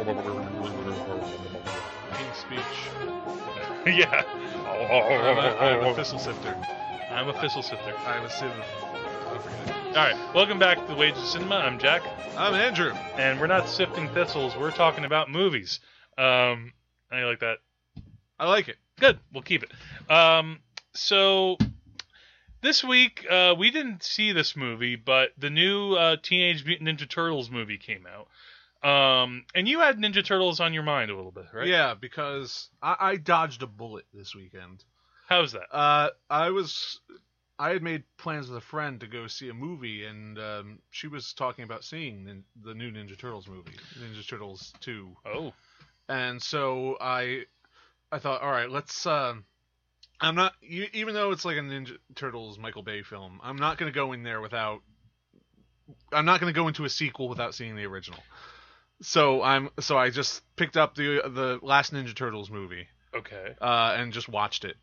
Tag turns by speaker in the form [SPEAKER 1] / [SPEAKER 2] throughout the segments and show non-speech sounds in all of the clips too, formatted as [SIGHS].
[SPEAKER 1] uh, King speech. [LAUGHS] yeah. I'm a, I'm a thistle sifter. I'm a thistle sifter.
[SPEAKER 2] I'm a civ. I forget it.
[SPEAKER 1] All right. Welcome back to Wages of Cinema. I'm Jack,
[SPEAKER 2] I'm Andrew.
[SPEAKER 1] and we're not sifting thistles. We're talking about movies. Um, I like that.
[SPEAKER 2] I like it.
[SPEAKER 1] Good. We'll keep it. Um, so this week uh, we didn't see this movie, but the new uh, Teenage Mutant Ninja Turtles movie came out. Um, and you had Ninja Turtles on your mind a little bit, right?
[SPEAKER 2] Yeah, because I, I dodged a bullet this weekend.
[SPEAKER 1] How's that?
[SPEAKER 2] Uh, I was, I had made plans with a friend to go see a movie, and um, she was talking about seeing nin- the new Ninja Turtles movie, Ninja Turtles Two.
[SPEAKER 1] Oh,
[SPEAKER 2] and so I, I thought, all right, let's. Uh, I'm not you, even though it's like a Ninja Turtles Michael Bay film. I'm not going to go in there without. I'm not going to go into a sequel without seeing the original. So I'm so I just picked up the uh, the last Ninja Turtles movie
[SPEAKER 1] okay.
[SPEAKER 2] uh, and just watched it,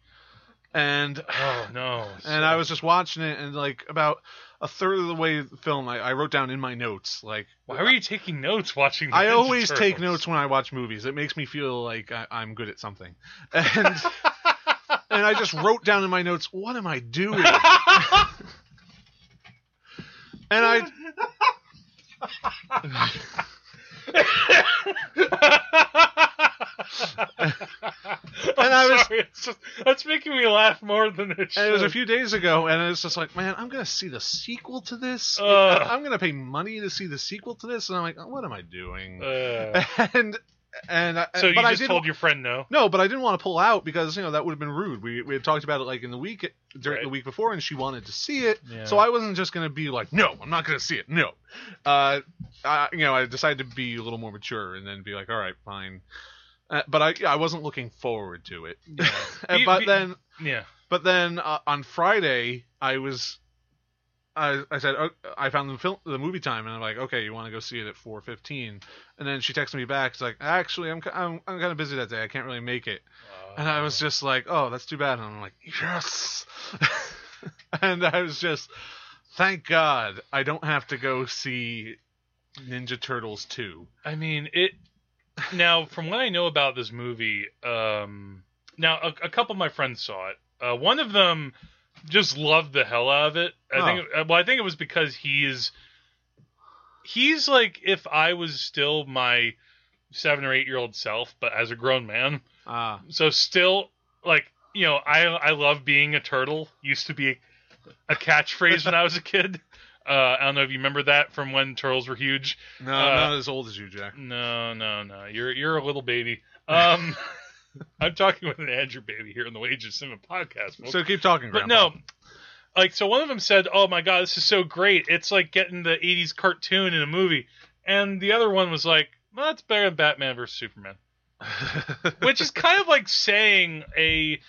[SPEAKER 2] and
[SPEAKER 1] Oh no.
[SPEAKER 2] [LAUGHS] and I was just watching it and like about a third of the way the film I, I wrote down in my notes like
[SPEAKER 1] Why were you taking notes watching? The
[SPEAKER 2] I
[SPEAKER 1] Ninja
[SPEAKER 2] always take
[SPEAKER 1] Turtles? [LAUGHS]
[SPEAKER 2] notes when I watch movies. It makes me feel like I, I'm good at something. And
[SPEAKER 1] [LAUGHS]
[SPEAKER 2] and I just wrote down in my notes, what am I
[SPEAKER 1] [LAUGHS]
[SPEAKER 2] doing? and I
[SPEAKER 1] and
[SPEAKER 2] I was-
[SPEAKER 1] sorry, it's just, that's making me laugh more than it should.
[SPEAKER 2] and it was a few days ago, and it's just like, man, I'm gonna see the sequel to this.
[SPEAKER 1] Ugh.
[SPEAKER 2] I'm gonna pay money to see the sequel to this, and I'm like, what am I doing? [LAUGHS]
[SPEAKER 1] Uh,
[SPEAKER 2] and and I,
[SPEAKER 1] so you
[SPEAKER 2] but I
[SPEAKER 1] just
[SPEAKER 2] didn't
[SPEAKER 1] told your friend no.
[SPEAKER 2] No, but I didn't want to pull out because you know that would have been rude. We we had talked about it like in the week during
[SPEAKER 1] Right.
[SPEAKER 2] the week before, and she wanted to see it.
[SPEAKER 1] Yeah.
[SPEAKER 2] So I wasn't just gonna be like, no, I'm not gonna see it. No, uh, I, you know, I decided to be a little more mature and then be like, all right, fine. Uh, but I yeah, I wasn't looking forward to it. [LAUGHS] And-
[SPEAKER 1] Be-
[SPEAKER 2] but
[SPEAKER 1] be-
[SPEAKER 2] then
[SPEAKER 1] Yeah.
[SPEAKER 2] but then uh, on Friday I was. I, I said oh, I found the film, the movie time, and I'm like, okay, you want to go see it at 4:15? And then she texted me back. It's like, actually, I'm ki- I'm, I'm kind of busy that day. I can't really make it. And I was just like, oh, that's too bad. And I'm like, yes. [LAUGHS] and I was just, thank God I don't have to go see Ninja Turtles 2.
[SPEAKER 1] I mean, it. Now, from what I know about this movie, um, now a, a couple of my friends saw it. Uh, one of them just loved the hell out of it. I think. uh, Well, I think it was because he is. He's like if I was still my seven or eight year old self, but as a grown man.
[SPEAKER 2] Ah,
[SPEAKER 1] So still, like you know, I I love being a turtle. Used to be a catchphrase when I was a kid. Uh, I don't know if you remember that from when turtles were huge.
[SPEAKER 2] no,
[SPEAKER 1] Uh,
[SPEAKER 2] I'm not as old as you, Jack.
[SPEAKER 1] No, no, no. You're you're a little baby. Um, [LAUGHS] I'm talking with an Andrew baby here on the Wages Cinema podcast. folks.
[SPEAKER 2] So keep talking,
[SPEAKER 1] but
[SPEAKER 2] Grandpa.
[SPEAKER 1] no, like so one of them said, "Oh my god, this is so great! It's like getting the '80s cartoon in a movie," and the other one was like, "Well, that's better than Batman versus Superman," which is kind of like saying a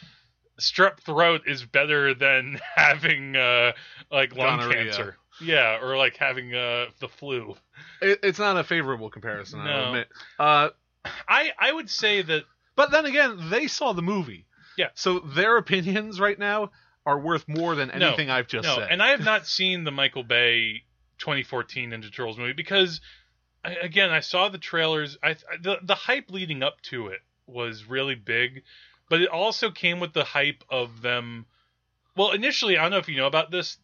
[SPEAKER 1] strep throat is better than [LAUGHS] having uh like lung
[SPEAKER 2] Gonorrhea.
[SPEAKER 1] cancer. Yeah, or like having uh the flu.
[SPEAKER 2] [LAUGHS] It, it's not a favorable comparison,
[SPEAKER 1] No.
[SPEAKER 2] I'll admit. Uh,
[SPEAKER 1] I I would say that
[SPEAKER 2] but then again, they saw the movie.
[SPEAKER 1] Yeah.
[SPEAKER 2] So their opinions right now are worth more than
[SPEAKER 1] No,
[SPEAKER 2] anything I've just
[SPEAKER 1] no,
[SPEAKER 2] said.
[SPEAKER 1] and I have not seen the Michael Bay 2014 Ninja Turtles movie because, I, again, I saw the trailers. I the the hype leading up to it was really big, but it also came with the hype of them. Well, initially, I don't know if you know about this.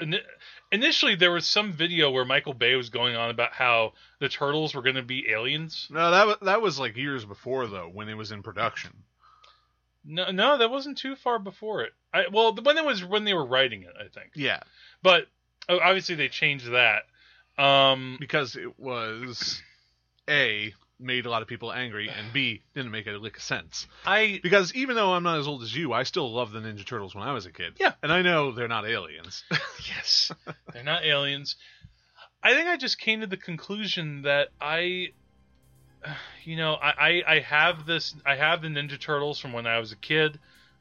[SPEAKER 1] uh, ini- Initially, there was some video where Michael Bay was going on about how the turtles were going to be aliens.
[SPEAKER 2] no, that, wa- that was like years before, though, when it was in production.
[SPEAKER 1] No, no, that wasn't too far before it. I, well, when it was when they were writing it, I think.
[SPEAKER 2] Yeah.
[SPEAKER 1] But oh, obviously, they changed that. Um,
[SPEAKER 2] because it was a made a lot of people angry and b didn't make a lick of sense
[SPEAKER 1] [LAUGHS] I
[SPEAKER 2] because even though i'm not as old as you i still loved the ninja turtles when i was a kid
[SPEAKER 1] Yeah.
[SPEAKER 2] and i know they're not aliens [LAUGHS]
[SPEAKER 1] yes, [LAUGHS] they're not aliens. I think I just came to the conclusion that I, [SIGHS] you know, I, I I have this I have the Ninja Turtles from when I was a kid.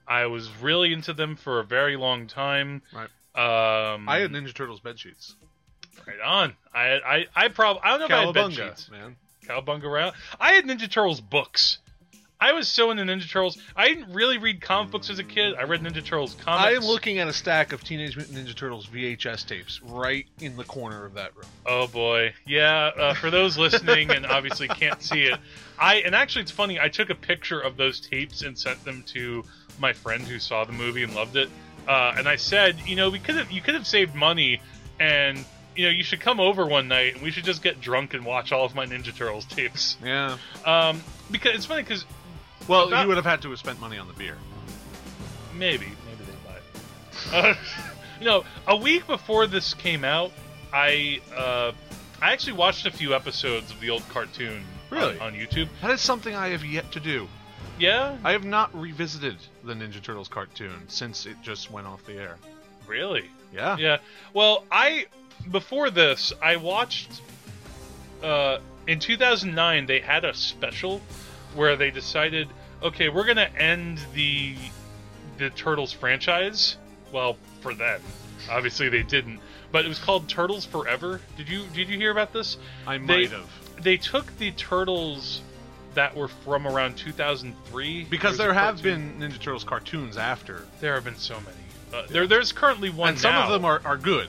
[SPEAKER 1] I was really into them for a very long time.
[SPEAKER 2] Right.
[SPEAKER 1] Um,
[SPEAKER 2] i had ninja turtles bed sheets
[SPEAKER 1] right on. I I I probably I don't know if I had bed
[SPEAKER 2] Cowabunga,
[SPEAKER 1] sheets.
[SPEAKER 2] man
[SPEAKER 1] Cowabunga round. I had Ninja Turtles books. I was so into Ninja Turtles. I didn't really read comic books as a kid. I read Ninja Turtles
[SPEAKER 2] I
[SPEAKER 1] comics.
[SPEAKER 2] am looking at a stack of Teenage Mutant Ninja Turtles VHS tapes right in the corner of that room.
[SPEAKER 1] Oh boy, yeah. Uh, for those listening and obviously can't see it, I and actually it's funny. I took a picture of those tapes and sent them to my friend who saw the movie and loved it. Uh, and I said, you know, we could have you could have saved money, and you know, you should come over one night and we should just get drunk and watch all of my Ninja Turtles tapes.
[SPEAKER 2] Yeah.
[SPEAKER 1] Um, because it's funny because
[SPEAKER 2] Well,
[SPEAKER 1] About-
[SPEAKER 2] you would have had to have spent money on the beer.
[SPEAKER 1] Maybe. Maybe they buy it. Uh, [LAUGHS] you know, a week before this came out, I uh, I actually watched a few episodes of the old cartoon on-
[SPEAKER 2] Really?
[SPEAKER 1] on, YouTube.
[SPEAKER 2] That is something I have yet to do.
[SPEAKER 1] Yeah,
[SPEAKER 2] I have not revisited the Ninja Turtles cartoon since it just went off the air.
[SPEAKER 1] really.
[SPEAKER 2] Yeah.
[SPEAKER 1] [LAUGHS] Yeah. Well, I before this, I watched uh, in 2009 they had a special where they decided, okay, we're gonna end the the Turtles franchise. Well, for them, obviously they didn't. But it was called Turtles Forever. Did you did you hear about this?
[SPEAKER 2] I
[SPEAKER 1] They-
[SPEAKER 2] might have.
[SPEAKER 1] They took the turtles that were from around 2003
[SPEAKER 2] Because
[SPEAKER 1] There
[SPEAKER 2] there
[SPEAKER 1] was a
[SPEAKER 2] have
[SPEAKER 1] cartoon-
[SPEAKER 2] been Ninja Turtles cartoons after.
[SPEAKER 1] there have been so many. Uh, there there's currently one.
[SPEAKER 2] and some
[SPEAKER 1] now.
[SPEAKER 2] of them are, are good.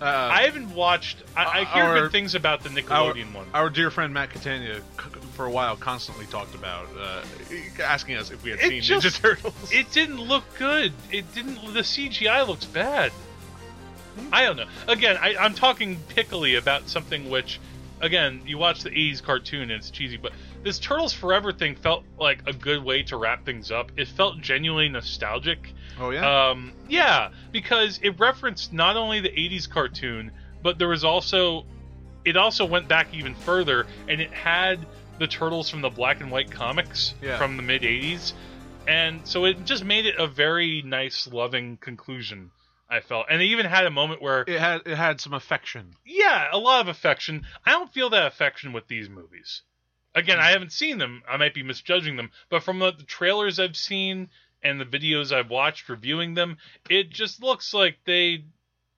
[SPEAKER 2] Uh,
[SPEAKER 1] I haven't watched. I, I
[SPEAKER 2] Uh,
[SPEAKER 1] hear
[SPEAKER 2] our-
[SPEAKER 1] good things about the Nickelodeon one.
[SPEAKER 2] our dear friend Matt Catania, c- for a while, constantly talked about uh, asking us if we had
[SPEAKER 1] It
[SPEAKER 2] seen Ninja [LAUGHS]
[SPEAKER 1] just-
[SPEAKER 2] Turtles.
[SPEAKER 1] It didn't look good. It didn't. The CGI looks bad. I don't know. Again, I, I'm talking pickily about something which, again, you watch the '80s cartoon and it's cheesy, but this Turtles Forever thing felt like a good way to wrap things up. It felt genuinely nostalgic.
[SPEAKER 2] oh yeah.
[SPEAKER 1] Um, yeah, because it referenced not only the '80s cartoon, but there was also it also went back even further, and it had the turtles from the black and white comics
[SPEAKER 2] Yeah.
[SPEAKER 1] from the mid '80s, and so it just made it a very nice, loving conclusion. I felt, and it even had a moment where,
[SPEAKER 2] it had it had some affection.
[SPEAKER 1] yeah, a lot of affection. I don't feel that affection with these movies. Again, I haven't seen them. I might be misjudging them, but from the, the trailers I've seen and the videos I've watched reviewing them, it just looks like they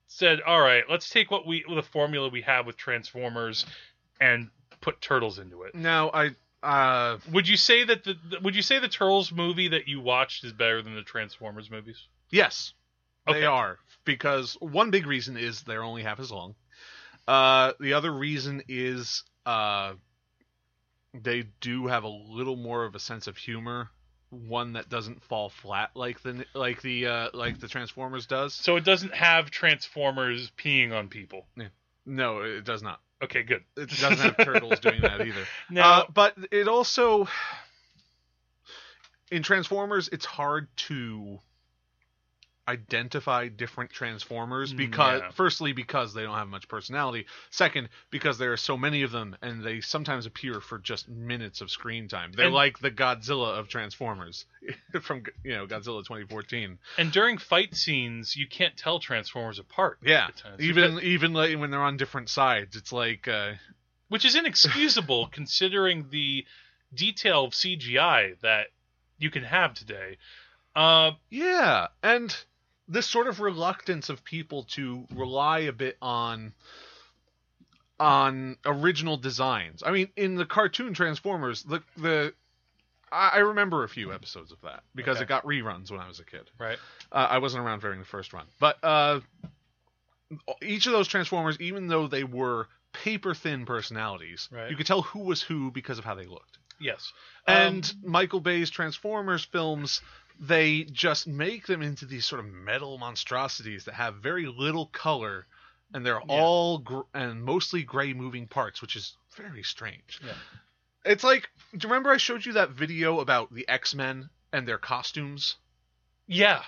[SPEAKER 1] said, "All right, let's take what we the formula we have with Transformers and put turtles into it."
[SPEAKER 2] Now I uh,
[SPEAKER 1] Would you say that the the- would you say the Turtles movie that you watched is better than the Transformers movies?
[SPEAKER 2] yes,
[SPEAKER 1] Okay.
[SPEAKER 2] they are because one big reason is they're only half as long. Uh, the other reason is uh, they do have a little more of a sense of humor, one that doesn't fall flat like the like the uh, like the Transformers does.
[SPEAKER 1] So it doesn't have Transformers peeing on people.
[SPEAKER 2] No, it does not.
[SPEAKER 1] Okay, good.
[SPEAKER 2] It doesn't have turtles doing that either.
[SPEAKER 1] Now,
[SPEAKER 2] Uh, but it also in Transformers, it's hard to identify different Transformers because,
[SPEAKER 1] Mm, Yeah.
[SPEAKER 2] firstly, because they don't have much personality. Second, because there are so many of them, and they sometimes appear for just minutes of screen time. They're
[SPEAKER 1] And-
[SPEAKER 2] like the Godzilla of Transformers [LAUGHS] from you know Godzilla 2014.
[SPEAKER 1] and during fight scenes, you can't tell Transformers apart.
[SPEAKER 2] Yeah,
[SPEAKER 1] at times.
[SPEAKER 2] even even like when they're on different sides, it's like uh,
[SPEAKER 1] [LAUGHS] which is
[SPEAKER 2] [LAUGHS]
[SPEAKER 1] inexcusable considering the detail of CGI that you can have today. Uh,
[SPEAKER 2] Yeah, and this sort of reluctance of people to rely a bit on on original designs. I mean, in the cartoon Transformers, the the I I remember a few episodes of that because
[SPEAKER 1] Okay.
[SPEAKER 2] it got reruns when I was a kid.
[SPEAKER 1] right.
[SPEAKER 2] Uh, I wasn't around during the first run, but uh, each of those Transformers, even though they were paper thin personalities,
[SPEAKER 1] Right.
[SPEAKER 2] you could tell who was who because of how they looked
[SPEAKER 1] Yes. Um,
[SPEAKER 2] and Michael Bay's Transformers films, they just make them into these sort of metal monstrosities that have very little color, and they're all gr- and mostly gray moving parts, which is very strange.
[SPEAKER 1] Yeah.
[SPEAKER 2] It's like, do you remember I showed you that video about the X Men and their costumes?
[SPEAKER 1] yeah.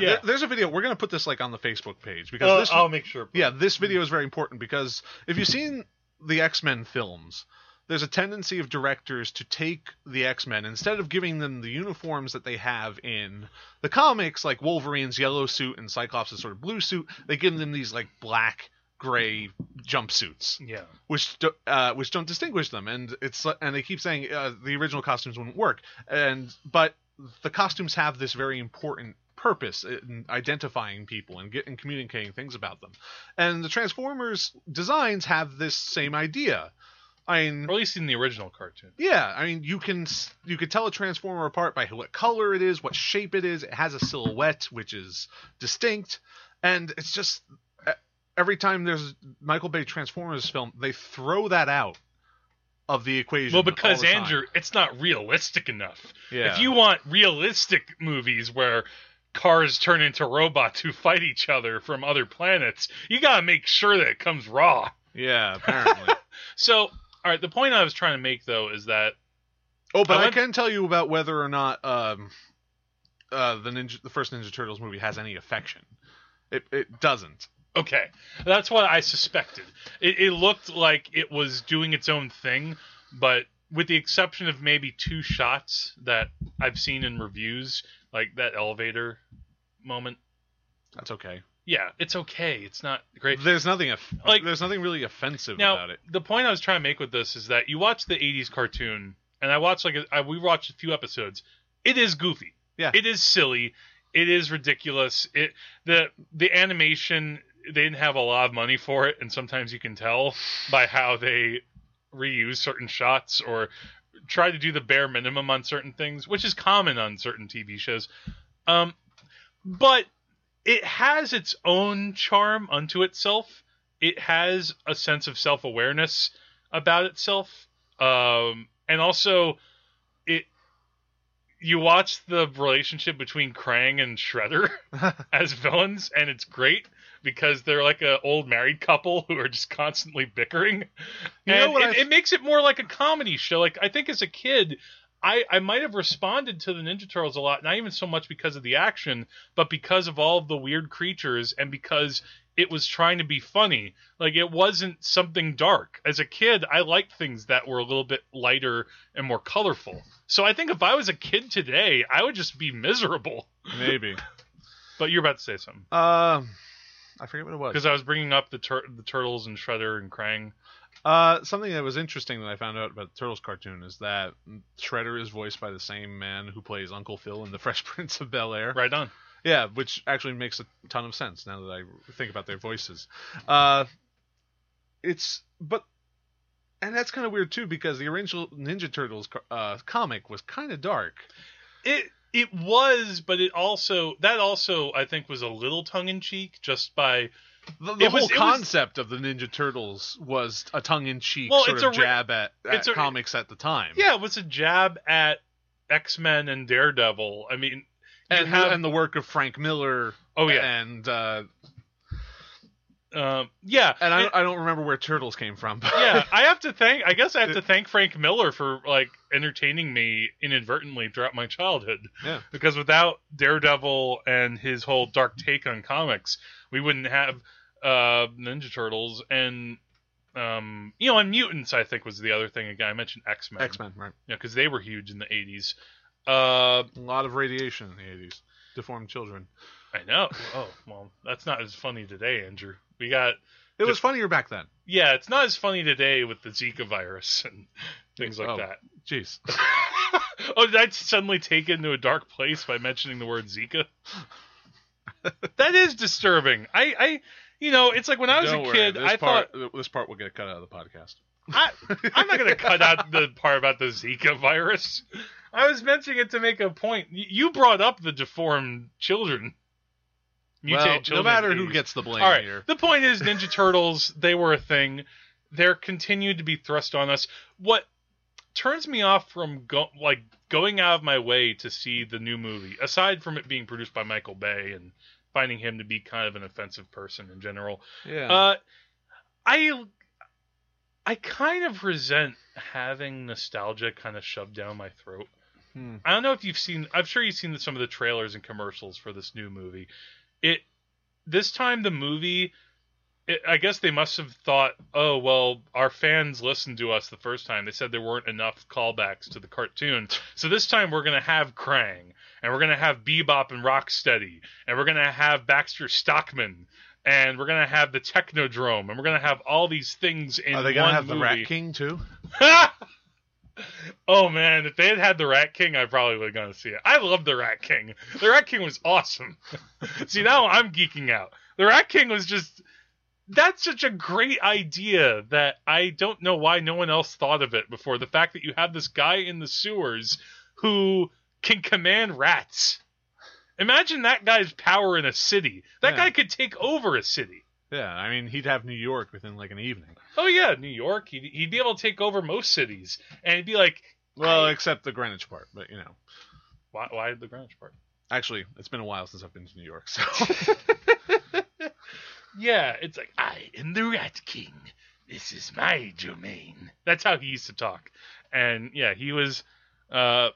[SPEAKER 1] Yeah.
[SPEAKER 2] There, there's a video. We're gonna put this like on the Facebook page because
[SPEAKER 1] Uh,
[SPEAKER 2] this
[SPEAKER 1] I'll make sure.
[SPEAKER 2] yeah, this video is very important because if you've seen the X Men films, there's a tendency of directors to take the X Men instead of giving them the uniforms that they have in the comics, like Wolverine's yellow suit and Cyclops' sort of blue suit. They give them these like black, gray jumpsuits,
[SPEAKER 1] Yeah.
[SPEAKER 2] which do, uh, which don't distinguish them, and it's and they keep saying uh, the original costumes wouldn't work, and but the costumes have this very important purpose in identifying people and get and communicating things about them, and the Transformers designs have this same idea. I mean,
[SPEAKER 1] or at least in the original cartoon.
[SPEAKER 2] yeah, I mean, you can s- you could tell a transformer apart by what color it is, what shape it is. It has a silhouette which is distinct, and it's just e- every time there's Michael Bay Transformers film, they throw that out of the equation.
[SPEAKER 1] Well,
[SPEAKER 2] all
[SPEAKER 1] because
[SPEAKER 2] the time.
[SPEAKER 1] Andrew, it's not realistic enough.
[SPEAKER 2] yeah.
[SPEAKER 1] If you want realistic movies where cars turn into robots who fight each other from other planets, you gotta make sure that it comes raw. [LAUGHS]
[SPEAKER 2] yeah, apparently.
[SPEAKER 1] So, all right, the point I was trying to make though is that
[SPEAKER 2] oh, but
[SPEAKER 1] I
[SPEAKER 2] I,
[SPEAKER 1] went-
[SPEAKER 2] can tell you about whether or not um, uh, the ninja, the first Ninja Turtles movie has any affection. It it doesn't.
[SPEAKER 1] okay, that's what I suspected. It, it looked like it was doing its own thing, but with the exception of maybe two shots that I've seen in reviews, like that elevator moment.
[SPEAKER 2] That's okay.
[SPEAKER 1] Yeah, it's okay. It's not great.
[SPEAKER 2] There's nothing aff-
[SPEAKER 1] Like-
[SPEAKER 2] like there's nothing really offensive
[SPEAKER 1] now,
[SPEAKER 2] about it.
[SPEAKER 1] The point I was trying to make with this is that you watch the '80s cartoon, and I watched like a, I, we watched a few episodes. It is goofy.
[SPEAKER 2] Yeah.
[SPEAKER 1] It is silly. It is ridiculous. It the the animation they didn't have a lot of money for it, and sometimes you can tell by how they reuse certain shots or try to do the bare minimum on certain things, which is common on certain TV shows. Um, but it has its own charm unto itself. It has a sense of self awareness about itself, um, and also it. You watch the relationship between Krang and
[SPEAKER 2] [LAUGHS]
[SPEAKER 1] Shredder as villains, and it's great because they're like an old married couple who are just constantly bickering.
[SPEAKER 2] You know
[SPEAKER 1] and
[SPEAKER 2] what
[SPEAKER 1] it,
[SPEAKER 2] I've-
[SPEAKER 1] it makes it more like a comedy show. Like I think as a kid, I, I might have responded to the Ninja Turtles a lot, not even so much because of the action, but because of all of the weird creatures and because it was trying to be funny. Like it wasn't something dark. As a kid, I liked things that were a little bit lighter and more colorful. So I think if I was a kid today, I would just be miserable.
[SPEAKER 2] Maybe.
[SPEAKER 1] But you're about to say something
[SPEAKER 2] Um, I forget what it was.
[SPEAKER 1] because I was bringing up the tur- the turtles and Shredder and Krang.
[SPEAKER 2] Uh, something that was interesting that I found out about the Turtles cartoon is that Shredder is voiced by the same man who plays Uncle Phil in The Fresh [LAUGHS] Prince of Bel Air.
[SPEAKER 1] Right on.
[SPEAKER 2] Yeah, which actually makes a ton of sense now that I think about their voices. Uh, it's but, and that's kind of weird too because the original Ninja Turtles co- uh, comic was kind of dark.
[SPEAKER 1] It it was, but it also that also I think was a little tongue in cheek, just by
[SPEAKER 2] The, the
[SPEAKER 1] It
[SPEAKER 2] whole
[SPEAKER 1] was- it was-
[SPEAKER 2] concept of the Ninja Turtles was a tongue-in-cheek
[SPEAKER 1] Well,
[SPEAKER 2] sort
[SPEAKER 1] it's
[SPEAKER 2] of
[SPEAKER 1] a re-
[SPEAKER 2] jab at, at
[SPEAKER 1] it's a-
[SPEAKER 2] comics at the time.
[SPEAKER 1] yeah, it was a jab at X Men and Daredevil. I mean, you
[SPEAKER 2] and,
[SPEAKER 1] have-
[SPEAKER 2] and the work of Frank Miller.
[SPEAKER 1] oh yeah,
[SPEAKER 2] and uh,
[SPEAKER 1] um, yeah,
[SPEAKER 2] and I,
[SPEAKER 1] It-
[SPEAKER 2] I don't remember where turtles came from. But [LAUGHS]
[SPEAKER 1] yeah, I have to thank. I guess I have to thank Frank Miller for like entertaining me inadvertently throughout my childhood.
[SPEAKER 2] Yeah.
[SPEAKER 1] Because without Daredevil and his whole dark take on comics, we wouldn't have uh, Ninja Turtles and um, you know, and mutants. I think was the other thing. Again, I mentioned X Men.
[SPEAKER 2] X Men, right?
[SPEAKER 1] Yeah, because they were huge in the '80s. Uh,
[SPEAKER 2] A lot of radiation in the eighties. Deformed children.
[SPEAKER 1] I know. Oh, well, that's not as funny today, Andrew. We got
[SPEAKER 2] It was funnier back then.
[SPEAKER 1] yeah, it's not as funny today with the Zika virus and things like
[SPEAKER 2] Oh.
[SPEAKER 1] that.
[SPEAKER 2] Jeez.
[SPEAKER 1] [LAUGHS] oh, did I suddenly take it into a dark place by mentioning the word Zika? [LAUGHS] that is disturbing. I, I, you know, it's like when I was
[SPEAKER 2] Don't
[SPEAKER 1] a
[SPEAKER 2] worry,
[SPEAKER 1] kid,
[SPEAKER 2] This
[SPEAKER 1] I
[SPEAKER 2] part, this part will get cut out of the podcast.
[SPEAKER 1] thought I, [LAUGHS] I'm not going to cut out the part about the Zika virus. I was mentioning it to make a point. Y- You brought up the deformed children. Mutated
[SPEAKER 2] [LAUGHS] well, no
[SPEAKER 1] children
[SPEAKER 2] matter
[SPEAKER 1] in the
[SPEAKER 2] who
[SPEAKER 1] 80s.
[SPEAKER 2] gets the blame
[SPEAKER 1] All right.
[SPEAKER 2] here.
[SPEAKER 1] The point is, Ninja Turtles, they were a thing. They're continued to be thrust on us. What turns me off from go- like going out of my way to see the new movie, aside from it being produced by Michael Bay and finding him to be kind of an offensive person in general,
[SPEAKER 2] Yeah.
[SPEAKER 1] uh, I I kind of resent having nostalgia kind of shoved down my throat.
[SPEAKER 2] Hmm.
[SPEAKER 1] I don't know if you've seen. I'm sure you've seen some of the trailers and commercials for this new movie. It this time the movie. It, I guess they must have thought, oh well, our fans listened to us the first time. They said there weren't enough callbacks to the cartoon, so this time we're gonna have Krang, and we're gonna have Bebop and Rocksteady, and we're gonna have Baxter Stockman, and we're gonna have the Technodrome, and we're gonna have all these things in
[SPEAKER 2] Are they
[SPEAKER 1] one
[SPEAKER 2] gonna have
[SPEAKER 1] movie.
[SPEAKER 2] the Rat King too?
[SPEAKER 1] [LAUGHS] oh man, if they had had the Rat King, I probably would have gone to see it. I love the Rat King. [LAUGHS] The Rat King was awesome. see, now I'm geeking out. The Rat King was just that's such a great idea that I don't know why no one else thought of it before. The fact that you have this guy in the sewers who can command rats. Imagine that guy's power in a city. That
[SPEAKER 2] Yeah.
[SPEAKER 1] guy could take over a city.
[SPEAKER 2] Yeah, I mean, he'd have New York within like an evening.
[SPEAKER 1] Oh yeah, New York. He'd, he'd be able to take over most cities, and he'd be like,
[SPEAKER 2] Well,
[SPEAKER 1] I-
[SPEAKER 2] except the Greenwich part, but you know.
[SPEAKER 1] "Why, why did the Greenwich part?"
[SPEAKER 2] Actually, it's been a while since I've been to New York, so [LAUGHS]
[SPEAKER 1] Yeah, it's like I am the Rat King. This is my domain. That's how he used to talk, and yeah, he was uh,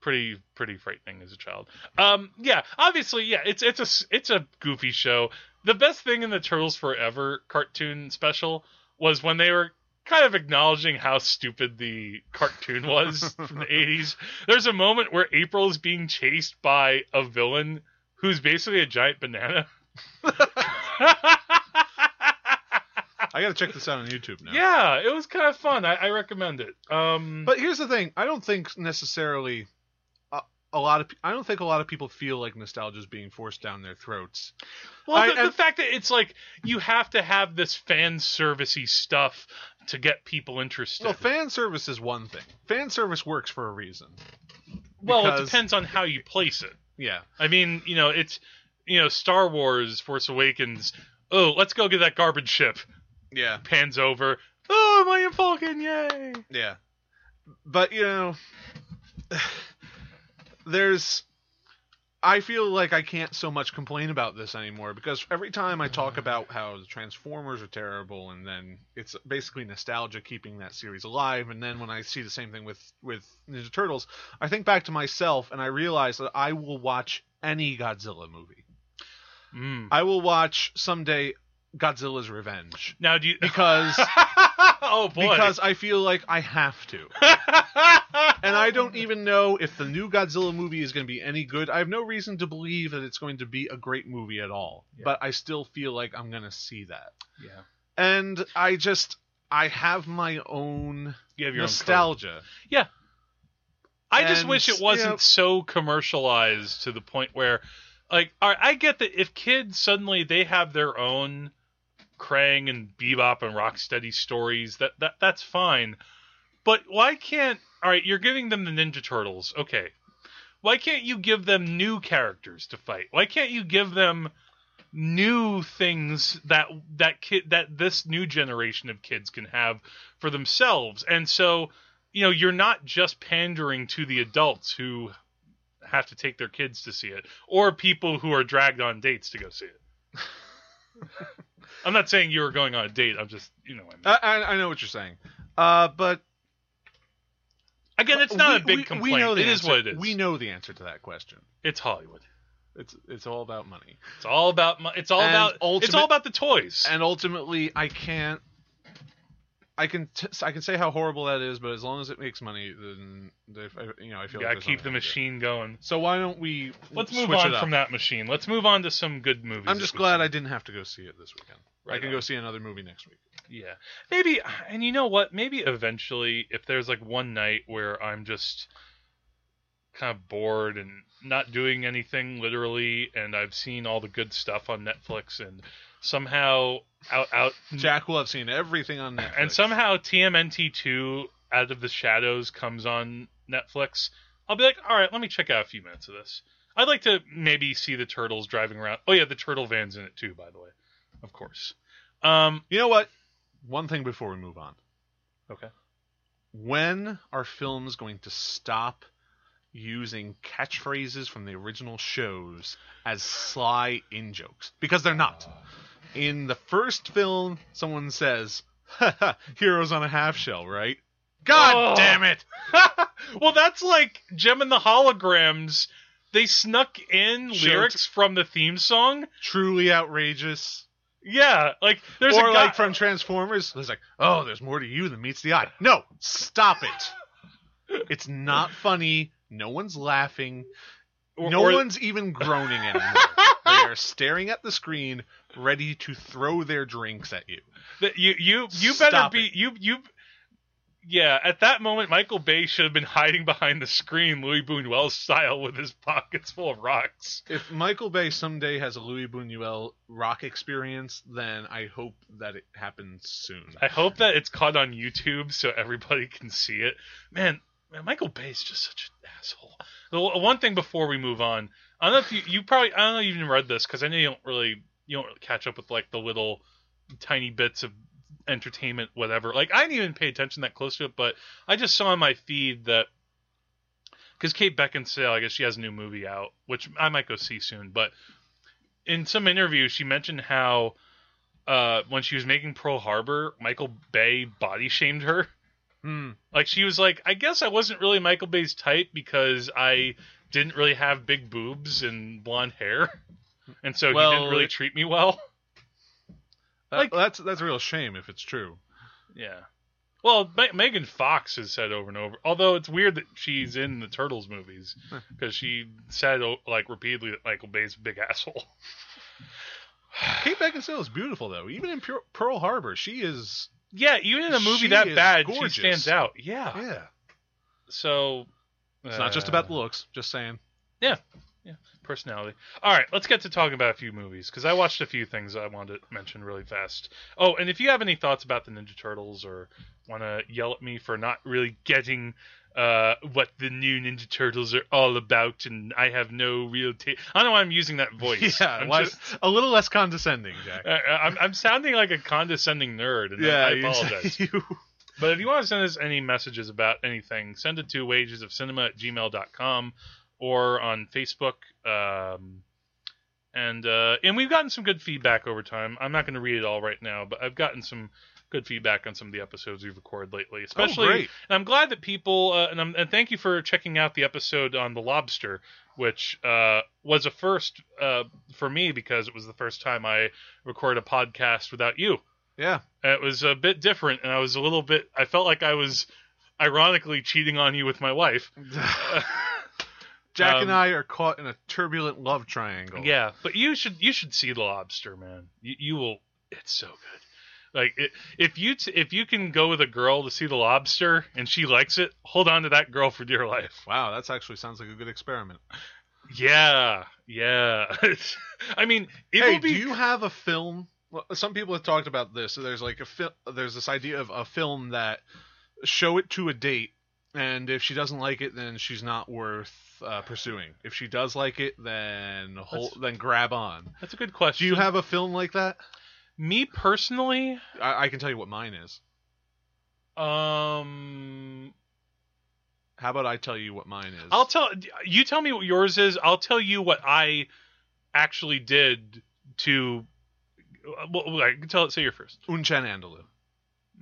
[SPEAKER 1] pretty pretty frightening as a child. Um, yeah, obviously, yeah, it's it's a s- it's a goofy show. The best thing in the Turtles Forever cartoon special was when they were kind of acknowledging how stupid the cartoon was from the 80s. There's a moment where April is being chased by a villain who's basically a giant banana. [LAUGHS]
[SPEAKER 2] I got to check this out on YouTube now.
[SPEAKER 1] Yeah, it was kind of fun. I, I recommend it. Um,
[SPEAKER 2] But here's the thing: I don't think necessarily a, a lot of pe- I don't think a lot of people feel like nostalgia is being forced down their throats.
[SPEAKER 1] well,
[SPEAKER 2] I-
[SPEAKER 1] the, the
[SPEAKER 2] and-
[SPEAKER 1] fact that it's like you have to have this fan servicey stuff to get people interested.
[SPEAKER 2] Well, fan service is one thing. Fan service works for a reason.
[SPEAKER 1] Well, it
[SPEAKER 2] because-
[SPEAKER 1] depends on how you place it.
[SPEAKER 2] Yeah,
[SPEAKER 1] I mean, you know, it's you know, Star Wars: Force Awakens. Oh, let's go get that garbage ship.
[SPEAKER 2] yeah,
[SPEAKER 1] Pans over. Oh, Millennium Falcon! Yay!
[SPEAKER 2] yeah. But you know, [SIGHS] there's. I feel like I can't so much complain about this anymore because every time I talk about how the Transformers are terrible, and then it's basically nostalgia keeping that series alive, and then when I see the same thing with with Ninja Turtles, I think back to myself and I realize that I will watch any Godzilla movie.
[SPEAKER 1] Mm.
[SPEAKER 2] I will watch someday Godzilla's Revenge
[SPEAKER 1] Now, do you? [LAUGHS]
[SPEAKER 2] because
[SPEAKER 1] oh boy!
[SPEAKER 2] because I feel like I have
[SPEAKER 1] [LAUGHS]
[SPEAKER 2] to. And I don't even know if the new Godzilla movie is going to be any good. I have no reason to believe that it's going to be a great movie at all,
[SPEAKER 1] Yeah.
[SPEAKER 2] but I still feel like I'm going to see that.
[SPEAKER 1] Yeah.
[SPEAKER 2] And I just I have my own
[SPEAKER 1] You have your own code.
[SPEAKER 2] nostalgia.
[SPEAKER 1] I just
[SPEAKER 2] And,
[SPEAKER 1] wish it
[SPEAKER 2] you
[SPEAKER 1] wasn't
[SPEAKER 2] know-
[SPEAKER 1] so commercialized to the point where, like, all right, I get that if kids suddenly they have their own Krang and Bebop and Rocksteady stories, that, that that's fine. But why can't all right? You're giving them the Ninja Turtles, okay? Why can't you give them new characters to fight? Why can't you give them new things that that kid that this new generation of kids can have for themselves? And so you know you're not just pandering to the adults who have to take their kids to see it or people who are dragged on dates to go see it
[SPEAKER 2] [LAUGHS]
[SPEAKER 1] i'm not saying you were going on a date i'm just you know what I mean.
[SPEAKER 2] I, I, I know what you're saying. Uh, but
[SPEAKER 1] again it's not
[SPEAKER 2] we-
[SPEAKER 1] a big
[SPEAKER 2] we-
[SPEAKER 1] complaint
[SPEAKER 2] We know the
[SPEAKER 1] it is
[SPEAKER 2] answer.
[SPEAKER 1] what it is
[SPEAKER 2] We know the answer to that question.
[SPEAKER 1] it's hollywood
[SPEAKER 2] It's it's all about money.
[SPEAKER 1] it's all about mo- it's all
[SPEAKER 2] And
[SPEAKER 1] about it's all
[SPEAKER 2] ultimate-
[SPEAKER 1] about the toys
[SPEAKER 2] and ultimately i can't i can t- i can say how horrible that is but as long as it makes money then they, you know i feel
[SPEAKER 1] you gotta
[SPEAKER 2] like
[SPEAKER 1] keep the machine going
[SPEAKER 2] so why don't we
[SPEAKER 1] let's
[SPEAKER 2] switch
[SPEAKER 1] move
[SPEAKER 2] it
[SPEAKER 1] on
[SPEAKER 2] up?
[SPEAKER 1] from that machine let's move on to some good movies
[SPEAKER 2] i'm
[SPEAKER 1] that
[SPEAKER 2] just
[SPEAKER 1] we've
[SPEAKER 2] glad
[SPEAKER 1] seen.
[SPEAKER 2] i didn't have to go see it this weekend i
[SPEAKER 1] Right
[SPEAKER 2] can
[SPEAKER 1] on.
[SPEAKER 2] go see another movie next week
[SPEAKER 1] Yeah. Maybe and you know what? Maybe eventually if there's like one night where I'm just kind of bored and not doing anything literally and I've seen all the good stuff on Netflix and somehow out out
[SPEAKER 2] jack will have seen everything on netflix
[SPEAKER 1] Mm. and somehow TMNT2 out of the shadows comes on Netflix, I'll be like, "All right, let me check out a few minutes of this." I'd like to maybe see the turtles driving around. Oh yeah, the turtle van's in it too, by the way. Of course. Um
[SPEAKER 2] you know what one thing before we move on
[SPEAKER 1] okay.
[SPEAKER 2] when are films going to stop using catchphrases from the original shows as sly in jokes because they're not in the first film someone says "Ha ha, heroes on a half shell right god
[SPEAKER 1] Oh. [LAUGHS]
[SPEAKER 2] damn it
[SPEAKER 1] well, that's like Gem and the Holograms. They snuck in
[SPEAKER 2] Sure.
[SPEAKER 1] lyrics from the theme song.
[SPEAKER 2] truly outrageous
[SPEAKER 1] Yeah, like there's
[SPEAKER 2] or
[SPEAKER 1] a guy.
[SPEAKER 2] like from transformers it's like oh there's more to you than meets the eye no stop it it's not funny no one's laughing
[SPEAKER 1] or-
[SPEAKER 2] no
[SPEAKER 1] or- [LAUGHS]
[SPEAKER 2] one's even groaning anymore. they are staring at the screen, ready to throw their drinks at you.
[SPEAKER 1] that you you you better
[SPEAKER 2] Stop
[SPEAKER 1] be you you yeah, at that moment, Michael Bay should have been hiding behind the screen, Louis Buñuel style, with his pockets full of rocks.
[SPEAKER 2] If Michael Bay someday has a Louis Buñuel rock experience, then I hope that it happens soon.
[SPEAKER 1] I hope that it's caught on YouTube so everybody can see it. Man, man Michael Bay is just such an asshole. The o- one thing before we move on, I don't know if you, you probably I don't know if you even read this because I know you don't really you don't really catch up with like the little tiny bits of entertainment whatever. Like I didn't even pay attention that close to it, but I just saw in my feed that because Kate Beckinsale, I guess she has a new movie out, which I might go see soon. But in some interview, she mentioned how uh, when she was making Pearl Harbor, Michael Bay body shamed her. [LAUGHS]
[SPEAKER 2] Hmm.
[SPEAKER 1] Like she was like, I guess I wasn't really Michael Bay's type because I didn't really have big boobs and blonde hair, [LAUGHS] and so he
[SPEAKER 2] Well,
[SPEAKER 1] didn't really
[SPEAKER 2] it-
[SPEAKER 1] treat me well. [LAUGHS]
[SPEAKER 2] That-
[SPEAKER 1] Like-
[SPEAKER 2] well, that's that's a real shame if it's true.
[SPEAKER 1] Yeah. Well, Me- Megan Fox has said over and over. Although it's weird that she's in the Turtles movies
[SPEAKER 2] Huh.
[SPEAKER 1] because she said oh, like repeatedly that Michael Bay's a big [LAUGHS] asshole.
[SPEAKER 2] Kate Beckinsale is beautiful though. Even in Pure, Pearl Harbor, she is.
[SPEAKER 1] Yeah, even in a movie
[SPEAKER 2] She
[SPEAKER 1] that
[SPEAKER 2] is
[SPEAKER 1] bad,
[SPEAKER 2] gorgeous.
[SPEAKER 1] she stands out. Yeah.
[SPEAKER 2] Yeah,
[SPEAKER 1] So
[SPEAKER 2] it's not just
[SPEAKER 1] Ah. uh,
[SPEAKER 2] about the looks. Just saying.
[SPEAKER 1] personality. All right, let's get to talking about a few movies because I watched a few things I wanted to mention really fast. Oh, and if you have any thoughts about the Ninja Turtles or want to yell at me for not really getting uh, what the new Ninja Turtles are all about, and I have no real taste. I don't know why I'm using
[SPEAKER 2] [LAUGHS]
[SPEAKER 1] that voice.
[SPEAKER 2] Yeah,
[SPEAKER 1] I'm
[SPEAKER 2] why-
[SPEAKER 1] just-
[SPEAKER 2] a little less condescending, [LAUGHS] Jack.
[SPEAKER 1] I- I- I'm, I'm sounding like a condescending nerd, and I, I
[SPEAKER 2] you- [LAUGHS]
[SPEAKER 1] apologize.
[SPEAKER 2] you-
[SPEAKER 1] But if you want to send us any messages about anything, send it to wagesofcinema at gmail.com or on Facebook. Um, and uh, and we've gotten some good feedback over time. I'm not going to read it all right now, but I've gotten some good feedback on some of the episodes we've recorded lately. Especially,
[SPEAKER 2] oh, great.
[SPEAKER 1] and I'm glad that people uh, and, I'm, and thank you for checking out the episode on the lobster, which uh, was a first uh, for me because it was the first time I recorded a podcast without you.
[SPEAKER 2] [LAUGHS] Yeah.
[SPEAKER 1] And Uh, it was a bit different and i was a little bit i felt like i was ironically cheating on you with my wife
[SPEAKER 2] Jack
[SPEAKER 1] Um,
[SPEAKER 2] and I are caught in a turbulent love triangle.
[SPEAKER 1] yeah but you should you should see the lobster man you, you will it's so good like it, if you t- if you can go with a girl to see the lobster and she likes it hold on to that girl for dear life
[SPEAKER 2] Wow, that's actually sounds like a good experiment.
[SPEAKER 1] yeah yeah [LAUGHS] i mean it
[SPEAKER 2] hey,
[SPEAKER 1] will be
[SPEAKER 2] do you have a film? Well, some people have talked about this. So there's like a fil- there's this idea of a film that show it to a date, and if she doesn't like it, then she's not worth uh, pursuing. If she does like it, then hol-
[SPEAKER 1] That's-
[SPEAKER 2] then grab on.
[SPEAKER 1] that's a good question
[SPEAKER 2] Do you have a film like that?
[SPEAKER 1] me personally
[SPEAKER 2] I, I can tell you what mine is.
[SPEAKER 1] um
[SPEAKER 2] How about I tell you what mine is?
[SPEAKER 1] I'll tell you tell me what yours is. I'll tell you what I actually did to. Well, I can tell it. Say you're first.
[SPEAKER 2] Unchen Andalu.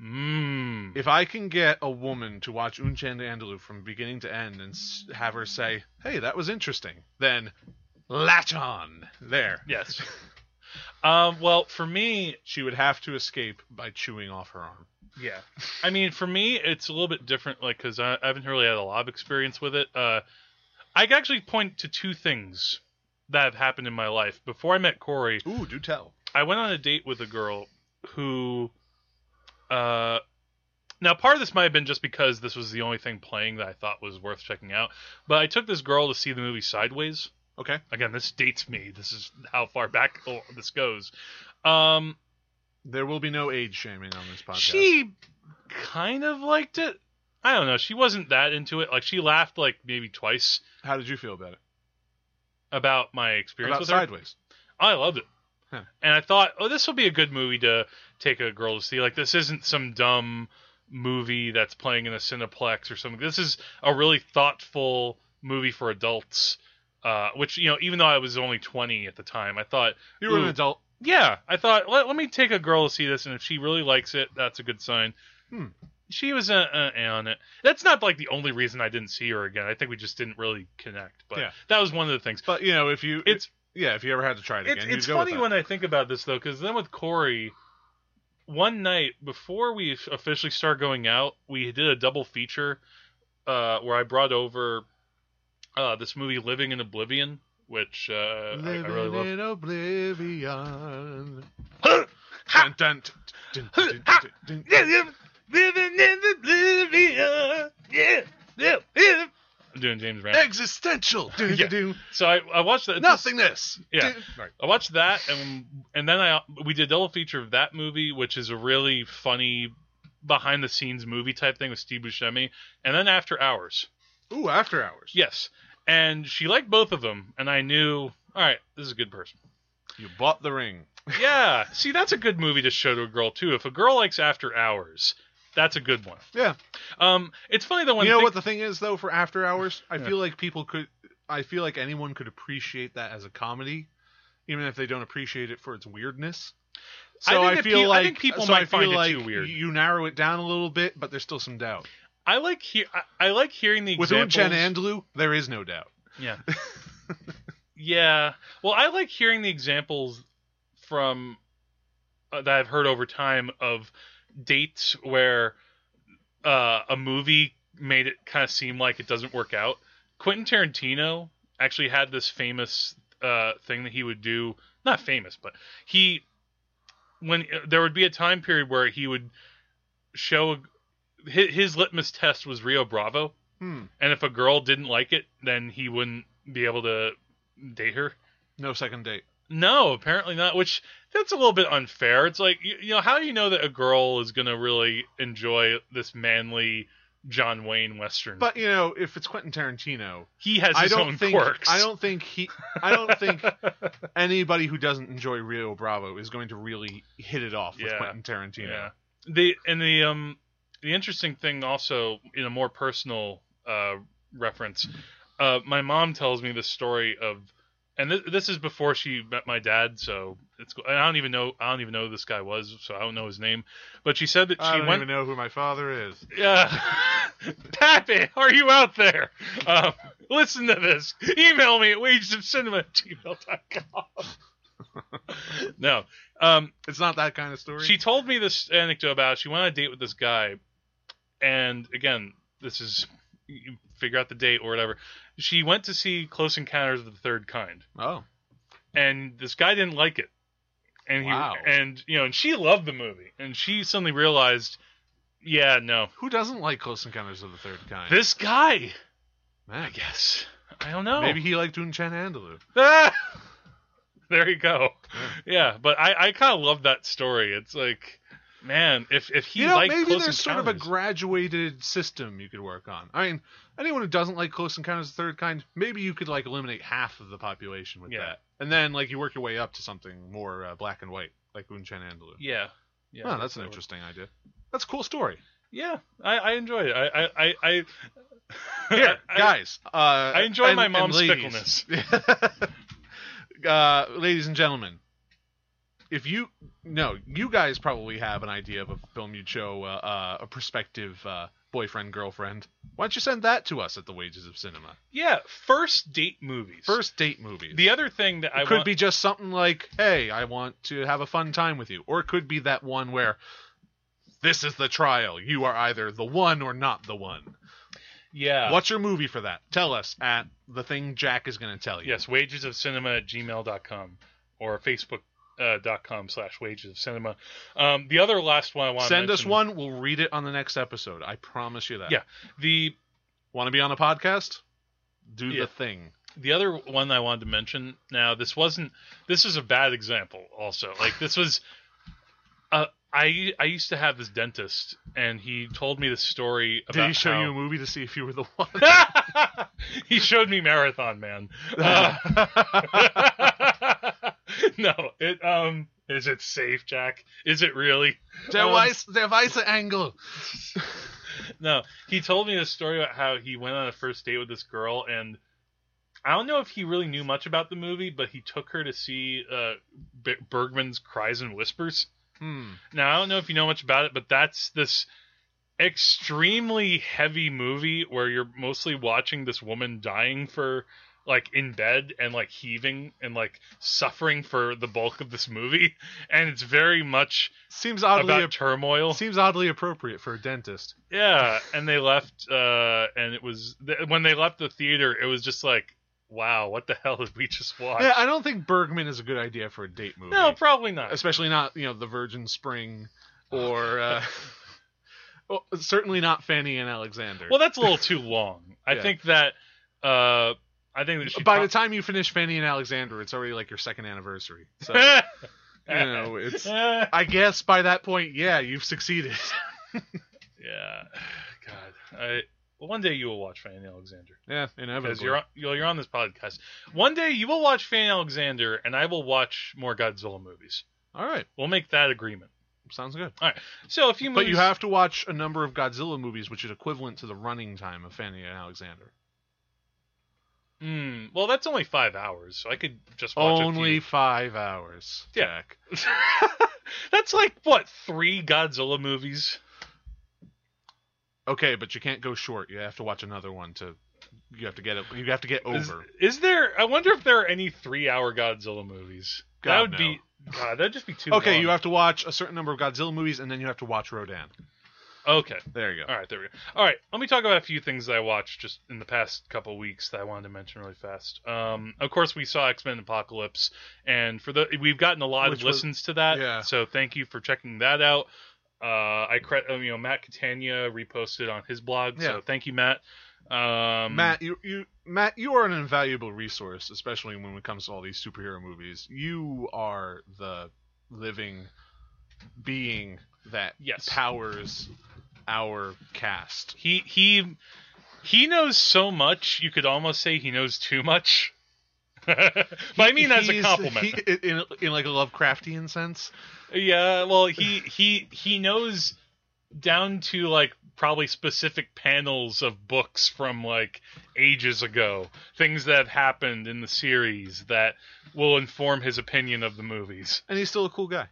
[SPEAKER 1] Mmm.
[SPEAKER 2] If I can get a woman to watch Unchen Andalu from beginning to end and s- have her say, "Hey, that was interesting," then latch on. There.
[SPEAKER 1] Yes. um. Well, for me,
[SPEAKER 2] She would have to escape by chewing off her arm.
[SPEAKER 1] yeah. I mean, for me, it's a little bit different, like because I, I haven't really had a lot of experience with it. Uh, I can actually point to two things that have happened in my life. Before I met Corey,
[SPEAKER 2] Ooh, do tell.
[SPEAKER 1] I went on a date with a girl who uh now part of this might have been just because this was the only thing playing that I thought was worth checking out, but I took this girl to see the movie Sideways.
[SPEAKER 2] Okay.
[SPEAKER 1] Again, this dates me. This is how far back [LAUGHS] oh, this goes. Um
[SPEAKER 2] There will be no age shaming on this podcast.
[SPEAKER 1] she kind of liked it. I don't know. She wasn't that into it. Like she laughed like maybe twice
[SPEAKER 2] How did you feel about it?
[SPEAKER 1] about my experience
[SPEAKER 2] about
[SPEAKER 1] with her.
[SPEAKER 2] Sideways.
[SPEAKER 1] I loved it.
[SPEAKER 2] Huh.
[SPEAKER 1] And I thought, oh, this will be a good movie to take a girl to see. Like, this isn't some dumb movie that's playing in a Cineplex or something. This is a really thoughtful movie for adults. Uh, which you know, even though I was only twenty at the time, I thought,
[SPEAKER 2] You were an
[SPEAKER 1] Ooh.
[SPEAKER 2] adult.
[SPEAKER 1] yeah, I thought let, let me take a girl to see this, and if she really likes it, that's a good sign.
[SPEAKER 2] Hmm.
[SPEAKER 1] She was uh, uh, eh on it. That's not like the only reason I didn't see her again. I think we just didn't really connect. But
[SPEAKER 2] Yeah.
[SPEAKER 1] that was one of the things.
[SPEAKER 2] But you know, if you
[SPEAKER 1] It's
[SPEAKER 2] yeah, if you ever had to try it again,
[SPEAKER 1] it's,
[SPEAKER 2] you'd
[SPEAKER 1] it's
[SPEAKER 2] go
[SPEAKER 1] funny
[SPEAKER 2] with that.
[SPEAKER 1] when I think about this though, because then with Corey, one night before we f- officially started going out, we did a double feature uh, where I brought over uh, this movie Living in Oblivion, which uh, I, I
[SPEAKER 2] Living
[SPEAKER 1] really love.
[SPEAKER 2] in [LAUGHS] oblivion.
[SPEAKER 1] Ha!
[SPEAKER 2] Dun, dun, dun, dun, dun, dun, dun, dun.
[SPEAKER 1] Living in doing James Brown.
[SPEAKER 2] Existential.
[SPEAKER 1] Yeah.
[SPEAKER 2] Do-do-do.
[SPEAKER 1] So I, I watched that.
[SPEAKER 2] Nothingness.
[SPEAKER 1] Yeah.
[SPEAKER 2] Do- Uh, Right.
[SPEAKER 1] I watched that, and and then I we did double feature of that movie, which is a really funny behind the scenes movie type thing with Steve Buscemi, and then After Hours.
[SPEAKER 2] Ooh, after hours.
[SPEAKER 1] Yes, and she liked both of them, and I knew, all right, this is a good person.
[SPEAKER 2] You bought the ring. [LAUGHS]
[SPEAKER 1] Yeah, see, that's a good movie to show to a girl too. If a girl likes After Hours, that's a good one.
[SPEAKER 2] Yeah.
[SPEAKER 1] Um, it's funny though when
[SPEAKER 2] you know
[SPEAKER 1] I
[SPEAKER 2] what
[SPEAKER 1] think-
[SPEAKER 2] the thing is though for After Hours, I
[SPEAKER 1] Yeah.
[SPEAKER 2] feel like people could, I feel like anyone could appreciate that as a comedy, even if they don't appreciate it for its weirdness.
[SPEAKER 1] I
[SPEAKER 2] So
[SPEAKER 1] think
[SPEAKER 2] I,
[SPEAKER 1] that
[SPEAKER 2] feel
[SPEAKER 1] pe- I
[SPEAKER 2] like
[SPEAKER 1] think people
[SPEAKER 2] so I
[SPEAKER 1] might
[SPEAKER 2] feel
[SPEAKER 1] find it too
[SPEAKER 2] like
[SPEAKER 1] weird.
[SPEAKER 2] You narrow it down a little bit, but there's still some doubt.
[SPEAKER 1] I like hear I, I like hearing the
[SPEAKER 2] With
[SPEAKER 1] examples.
[SPEAKER 2] Unchen Andlu, there is no doubt.
[SPEAKER 1] Yeah. yeah. Well, I like hearing the examples from uh, that I've heard over time of dates where uh, a movie made it kind of seem like it doesn't work out. Quentin Tarantino actually had this famous uh, thing that he would do. Not famous, but he when uh, there would be a time period where he would show his, his litmus test was Rio Bravo
[SPEAKER 2] Hmm.
[SPEAKER 1] and if a girl didn't like it, then he wouldn't be able to date her.
[SPEAKER 2] No second date.
[SPEAKER 1] No, apparently not. Which that's a little bit unfair. It's like you, you know how do you know that a girl is gonna really enjoy this manly John Wayne western?
[SPEAKER 2] But you know, if it's Quentin Tarantino,
[SPEAKER 1] he has
[SPEAKER 2] I
[SPEAKER 1] his
[SPEAKER 2] don't
[SPEAKER 1] own
[SPEAKER 2] think
[SPEAKER 1] quirks.
[SPEAKER 2] I don't think he I
[SPEAKER 1] [LAUGHS]
[SPEAKER 2] don't think anybody who doesn't enjoy Rio Bravo is going to really hit it off with
[SPEAKER 1] Yeah.
[SPEAKER 2] Quentin Tarantino.
[SPEAKER 1] Yeah. The and the um the interesting thing also in a more personal uh reference, uh my mom tells me the story of and th- this is before she met my dad, so it's and I don't even know I don't even know who this guy was, so I don't know his name. But she said that
[SPEAKER 2] I
[SPEAKER 1] she
[SPEAKER 2] don't
[SPEAKER 1] went
[SPEAKER 2] even know who my father is.
[SPEAKER 1] [LAUGHS] yeah. Pappy, are you out there? Um, listen to this. Email me at wagesofcinema at gmail.com.
[SPEAKER 2] [LAUGHS]
[SPEAKER 1] no. Um,
[SPEAKER 2] It's not that kind of story.
[SPEAKER 1] she told me this anecdote about she went on a date with this guy, and again, this is you figure out the date or whatever. She went to see Close Encounters of the Third Kind,
[SPEAKER 2] oh,
[SPEAKER 1] and this guy didn't like it, and he
[SPEAKER 2] Wow.
[SPEAKER 1] and you know, and she loved the movie, and she suddenly realized, yeah, no,
[SPEAKER 2] who doesn't like Close Encounters of the Third Kind?
[SPEAKER 1] this guy, I
[SPEAKER 2] Man,
[SPEAKER 1] guess, I don't know,
[SPEAKER 2] maybe he liked Unchan Andalu.
[SPEAKER 1] Ah! [LAUGHS] there you go. Yeah, but I, I kind of love that story. It's like, man, if if he
[SPEAKER 2] you know,
[SPEAKER 1] liked
[SPEAKER 2] maybe
[SPEAKER 1] Close
[SPEAKER 2] there's sort of a
[SPEAKER 1] Encounters-
[SPEAKER 2] graduated system you could work on. I mean, anyone who doesn't like Close Encounters of the Third Kind, maybe you could like eliminate half of the population with
[SPEAKER 1] Yeah.
[SPEAKER 2] that, and then like you work your way up to something more uh, black and white, like Unchan Andalu.
[SPEAKER 1] Yeah. Yeah.
[SPEAKER 2] Wow, that's an
[SPEAKER 1] so-
[SPEAKER 2] interesting idea. That's a
[SPEAKER 1] [LAUGHS]
[SPEAKER 2] cool story.
[SPEAKER 1] Yeah, I, I enjoyed it. I I
[SPEAKER 2] [LAUGHS]
[SPEAKER 1] I, I
[SPEAKER 2] Here,
[SPEAKER 1] [LAUGHS] I-
[SPEAKER 2] guys. Uh, I
[SPEAKER 1] enjoy my mom's
[SPEAKER 2] fickleness. [LAUGHS] uh, ladies and gentlemen, if you no, you guys probably have an idea of a film you'd show uh, uh, a prospective uh, boyfriend girlfriend. Why don't you send that to us at the Wages of Cinema?
[SPEAKER 1] yeah, first date movies.
[SPEAKER 2] First date movies.
[SPEAKER 1] the other thing that I
[SPEAKER 2] it could
[SPEAKER 1] want,
[SPEAKER 2] be just something like, "Hey, I want to have a fun time with you," or it could be that one where. This is the trial. You are either the one or not the one.
[SPEAKER 1] yeah.
[SPEAKER 2] What's your movie for that? Tell us at the thing Jack is going to tell you.
[SPEAKER 1] Yes, wages of cinema at gmail.com or facebook uh, dot com slash wages of cinema. Um, the other last one I want
[SPEAKER 2] Send
[SPEAKER 1] to
[SPEAKER 2] us one. We'll read it on the next episode. I promise you that.
[SPEAKER 1] Yeah. The
[SPEAKER 2] Want to be on a podcast? Do
[SPEAKER 1] Yeah.
[SPEAKER 2] the thing.
[SPEAKER 1] the other one I wanted to mention. Now, this wasn't. This is a bad example. Also, like this was. Uh, I I used to have this dentist, and he told me the story about.
[SPEAKER 2] Did he show
[SPEAKER 1] how-
[SPEAKER 2] you a movie to see if
[SPEAKER 1] [LAUGHS]
[SPEAKER 2] you were the one? [LAUGHS]
[SPEAKER 1] he showed me Marathon Man. Uh, [LAUGHS] no, it um. Is it safe, Jack? Is it really?
[SPEAKER 2] Der
[SPEAKER 1] Um,
[SPEAKER 2] Weiss, der Weiße Engel.
[SPEAKER 1] No, he told me a story about how he went on a first date with this girl, and I don't know if he really knew much about the movie, but he took her to see uh, B- Bergman's Cries and Whispers.
[SPEAKER 2] Hmm.
[SPEAKER 1] Now I don't know if you know much about it, but that's this extremely heavy movie where you're mostly watching this woman dying for like in bed and like heaving and like suffering for the bulk of this movie and it's very much
[SPEAKER 2] Seems oddly
[SPEAKER 1] about
[SPEAKER 2] ap-
[SPEAKER 1] turmoil
[SPEAKER 2] seems oddly appropriate for a dentist.
[SPEAKER 1] yeah, and they left, uh, and it was th- when they left the theater. It was just like, wow, what the hell did we just watch?
[SPEAKER 2] Yeah, I don't think Bergman is a good idea for a date movie.
[SPEAKER 1] no, probably not.
[SPEAKER 2] especially not you know the Virgin Spring
[SPEAKER 1] Oh.
[SPEAKER 2] or uh, [LAUGHS] well, certainly not Fanny and Alexander.
[SPEAKER 1] Well, that's a little too long. I
[SPEAKER 2] Yeah.
[SPEAKER 1] think that Uh, I think that she
[SPEAKER 2] By
[SPEAKER 1] pro-
[SPEAKER 2] the time you finish Fanny and Alexander, it's already like your second anniversary.
[SPEAKER 1] [LAUGHS]
[SPEAKER 2] So you know, it's
[SPEAKER 1] yeah.
[SPEAKER 2] I guess by that point, yeah, you've succeeded. [LAUGHS]
[SPEAKER 1] God, I, one day you will watch Fanny Alexander
[SPEAKER 2] yeah,
[SPEAKER 1] because
[SPEAKER 2] inevitably.
[SPEAKER 1] you're on, you're you're on this podcast. One day you will watch Fanny Alexander, and I will watch more Godzilla movies.
[SPEAKER 2] All right,
[SPEAKER 1] We'll make that agreement.
[SPEAKER 2] sounds good.
[SPEAKER 1] So if you
[SPEAKER 2] But you have to watch a number of Godzilla movies, which is equivalent to the running time of Fanny and Alexander.
[SPEAKER 1] Mm, well, that's only five hours, so I could just watch [LAUGHS]
[SPEAKER 2] Only
[SPEAKER 1] A
[SPEAKER 2] five hours.
[SPEAKER 1] Yeah.
[SPEAKER 2] Jack.
[SPEAKER 1] few. [LAUGHS] that's like what three Godzilla movies?
[SPEAKER 2] Okay, but you can't go short. You have to watch another one to. You have to get it. You have to get
[SPEAKER 1] Is,
[SPEAKER 2] over.
[SPEAKER 1] is there? I wonder if there are any three-hour Godzilla movies. that
[SPEAKER 2] God,
[SPEAKER 1] would
[SPEAKER 2] no.
[SPEAKER 1] be. God, that'd just be too.
[SPEAKER 2] Okay,
[SPEAKER 1] long.
[SPEAKER 2] you have to watch a certain number of Godzilla movies, and then you have to watch Rodan.
[SPEAKER 1] Okay.
[SPEAKER 2] There you go.
[SPEAKER 1] All right, there we go. All right, let me talk about a few things that I watched just in the past couple weeks that I wanted to mention really fast. Um, of course, we saw X Men Apocalypse, and for the we've gotten a lot
[SPEAKER 2] Which
[SPEAKER 1] of
[SPEAKER 2] was-
[SPEAKER 1] listens to that.
[SPEAKER 2] yeah.
[SPEAKER 1] So thank you for checking that out. Uh, I cre- uh, you know Matt Catania reposted on his blog,
[SPEAKER 2] Yeah.
[SPEAKER 1] so thank you, Matt. Um,
[SPEAKER 2] Matt, you, you Matt, you are an invaluable resource, especially when it comes to all these superhero movies. You are the living being that
[SPEAKER 1] Yes.
[SPEAKER 2] powers our cast.
[SPEAKER 1] he he he knows so much. You could almost say he knows too much. [LAUGHS] but I mean as a
[SPEAKER 2] He's-
[SPEAKER 1] compliment.
[SPEAKER 2] he- in, in like a Lovecraftian sense.
[SPEAKER 1] Yeah, well, he he he knows down to like probably specific panels of books from like ages ago, things that have happened in the series that will inform his opinion of the movies.
[SPEAKER 2] And he's still a cool guy.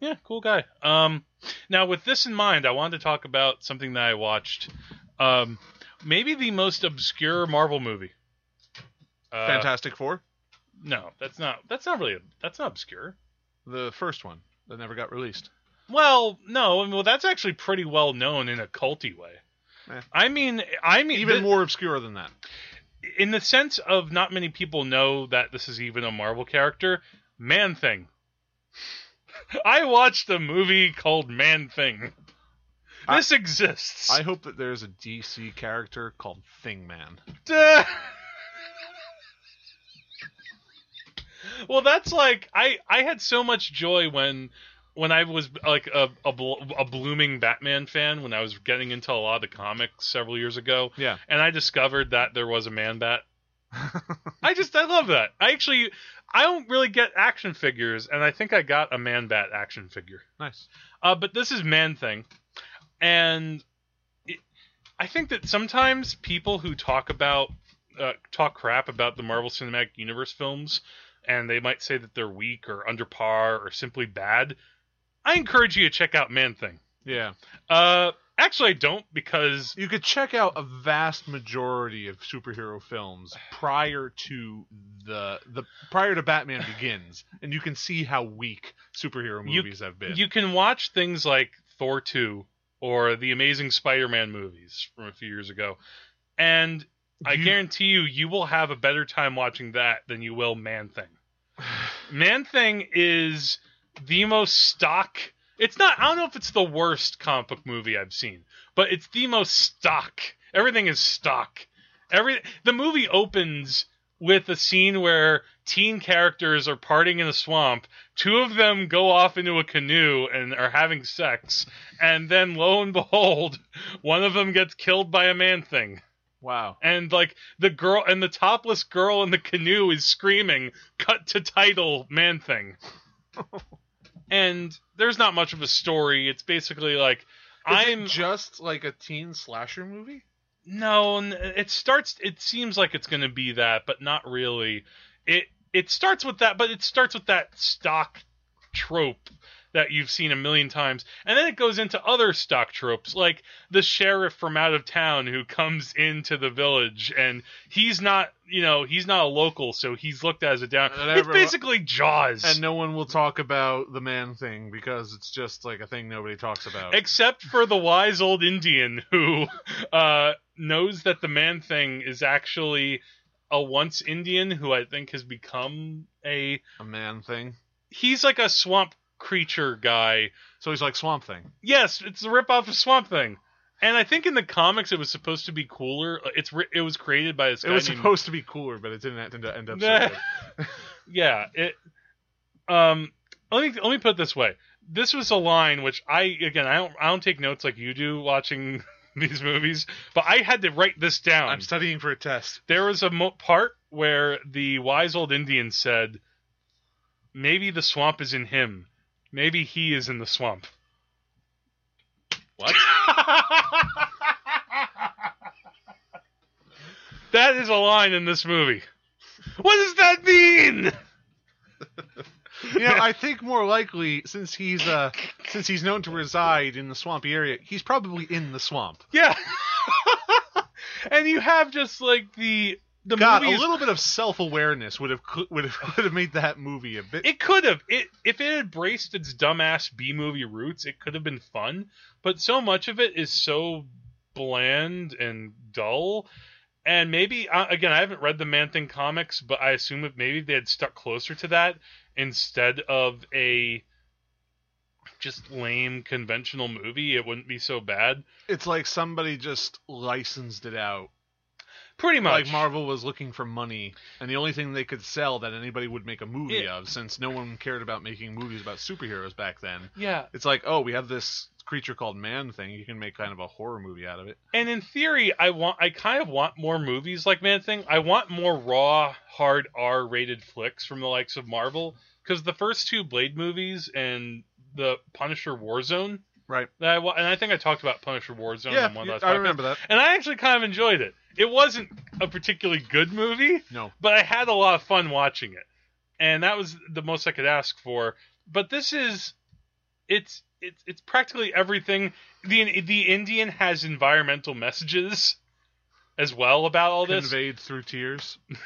[SPEAKER 1] Yeah, cool guy. Um, now with this in mind, I wanted to talk about something that I watched. Um, maybe the most obscure Marvel movie. Uh,
[SPEAKER 2] Fantastic Four,
[SPEAKER 1] No, that's not. That's not really. That's not obscure.
[SPEAKER 2] the first one that never got released.
[SPEAKER 1] Well, no, I mean, well, that's actually pretty well known in a culty way.
[SPEAKER 2] Eh.
[SPEAKER 1] I mean, I mean,
[SPEAKER 2] Even
[SPEAKER 1] thi-
[SPEAKER 2] more obscure than that.
[SPEAKER 1] in the sense of not many people know that this is even a Marvel character. Man Thing. [LAUGHS] I watched a movie called Man Thing.
[SPEAKER 2] I-
[SPEAKER 1] This exists.
[SPEAKER 2] I hope that there's a DC character called Thing Man.
[SPEAKER 1] [LAUGHS] Uh, well, that's like I I had so much joy when when I was like a, a bl- a blooming Batman fan when I was getting into a lot of the comics several years ago,
[SPEAKER 2] Yeah.
[SPEAKER 1] and I discovered that there was a Man Bat. I just I love that. I actually I don't really get action figures, and I think I got a Man Bat action figure.
[SPEAKER 2] Nice.
[SPEAKER 1] Uh, but this is man thing, and it, I think that sometimes people who talk about uh, talk crap about the Marvel Cinematic Universe films, and they might say that they're weak or under par or simply bad. I encourage you to check out Man Thing.
[SPEAKER 2] Yeah.
[SPEAKER 1] Uh, actually, I don't because
[SPEAKER 2] you could check out a vast majority of superhero films prior to the the prior
[SPEAKER 1] [SIGHS]
[SPEAKER 2] to Batman Begins, and you can see how weak superhero
[SPEAKER 1] You-
[SPEAKER 2] movies have been.
[SPEAKER 1] you can watch things like Thor 2 or the Amazing Spider-Man movies from a few years ago, and I
[SPEAKER 2] You-
[SPEAKER 1] guarantee you, you will have a better time watching that than you will Man Thing. Man Thing is the most stock. It's not. I don't know if it's the worst comic book movie I've seen, but it's the most stock. Everything is stock. Every the movie opens with a scene where teen characters are partying in a swamp. Two of them go off into a canoe and are having sex, and then lo and behold, [LAUGHS] one of them gets killed by a man thing
[SPEAKER 2] wow.
[SPEAKER 1] and like the girl and the topless girl in the canoe is screaming cut to title man thing and there's not much of a story it's basically like i'm
[SPEAKER 2] just like a teen slasher movie.
[SPEAKER 1] no n- it starts it seems like it's going to be that but not really it it starts with that but it starts with that stock trope that you've seen a million times and then it goes into other stock tropes like the sheriff from out of town who comes into the village and he's not you know he's not a local so he's looked at as a down
[SPEAKER 2] And
[SPEAKER 1] it's
[SPEAKER 2] everyone-
[SPEAKER 1] basically jaws
[SPEAKER 2] And no one will talk about the man thing because it's just like a thing nobody talks about.
[SPEAKER 1] except for the wise old Indian who uh, knows that the man thing is actually a once Indian who I think has become a
[SPEAKER 2] a man thing.
[SPEAKER 1] he's like a swamp creature guy.
[SPEAKER 2] So he's like Swamp Thing.
[SPEAKER 1] Yes, it's a ripoff of Swamp Thing. And I think in the comics it was supposed to be cooler. It's re- it was created by this
[SPEAKER 2] It
[SPEAKER 1] guy
[SPEAKER 2] was
[SPEAKER 1] named-
[SPEAKER 2] supposed to be cooler, but it didn't end up. End up so
[SPEAKER 1] [LAUGHS] Nah.
[SPEAKER 2] good.
[SPEAKER 1] yeah. It. Um. Let me let me put it this way. This was a line which I again I don't I don't take notes like you do watching [LAUGHS] these movies, but I had to write this down.
[SPEAKER 2] I'm studying for a test.
[SPEAKER 1] there was a mo- part where the wise old Indian said, "Maybe the swamp is in him. Maybe he is in the swamp."
[SPEAKER 2] [LAUGHS]
[SPEAKER 3] What?
[SPEAKER 1] that is a line in this movie. What does that mean? [LAUGHS]
[SPEAKER 2] You know, I think more likely since he's uh since he's known to reside in the swampy area, he's probably in the swamp.
[SPEAKER 1] Yeah. [LAUGHS] and you have just like the the
[SPEAKER 2] God, a
[SPEAKER 1] movie is
[SPEAKER 2] little bit of self awareness would have cl- would have [LAUGHS] would have made that movie a bit.
[SPEAKER 1] It could have. It if it had braced its dumbass B movie roots, it could have been fun. But so much of it is so bland and dull. And maybe uh, again, I haven't read the Man Thing comics, but I assume if maybe they had stuck closer to that instead of a just lame conventional movie, it wouldn't be so bad.
[SPEAKER 2] It's like somebody just licensed it out.
[SPEAKER 1] Pretty much.
[SPEAKER 2] Like Marvel was looking for money, and the only thing they could sell that anybody would make a movie
[SPEAKER 1] Yeah.
[SPEAKER 2] of, since no one cared about making movies about superheroes back then.
[SPEAKER 1] yeah,
[SPEAKER 2] It's like, oh, we have this creature called Man Thing. You can make kind of a horror movie out of it.
[SPEAKER 1] and in theory, I want I kind of want more movies like Man Thing. I want more raw, hard R rated flicks from the likes of Marvel because the first two Blade movies and the Punisher Warzone
[SPEAKER 2] Right.
[SPEAKER 1] that I wa- and I think I talked about Punisher Warzone
[SPEAKER 2] yeah,
[SPEAKER 1] on one
[SPEAKER 2] you-
[SPEAKER 1] last
[SPEAKER 2] I
[SPEAKER 1] podcast,
[SPEAKER 2] remember that.
[SPEAKER 1] and I actually kind of enjoyed it. It wasn't a particularly good movie,
[SPEAKER 2] No,
[SPEAKER 1] but I had a lot of fun watching it, and that was the most I could ask for. But this is, it's it's it's practically everything. the The Indian has environmental messages as well about all this.
[SPEAKER 2] conveyed through tears.
[SPEAKER 1] [LAUGHS]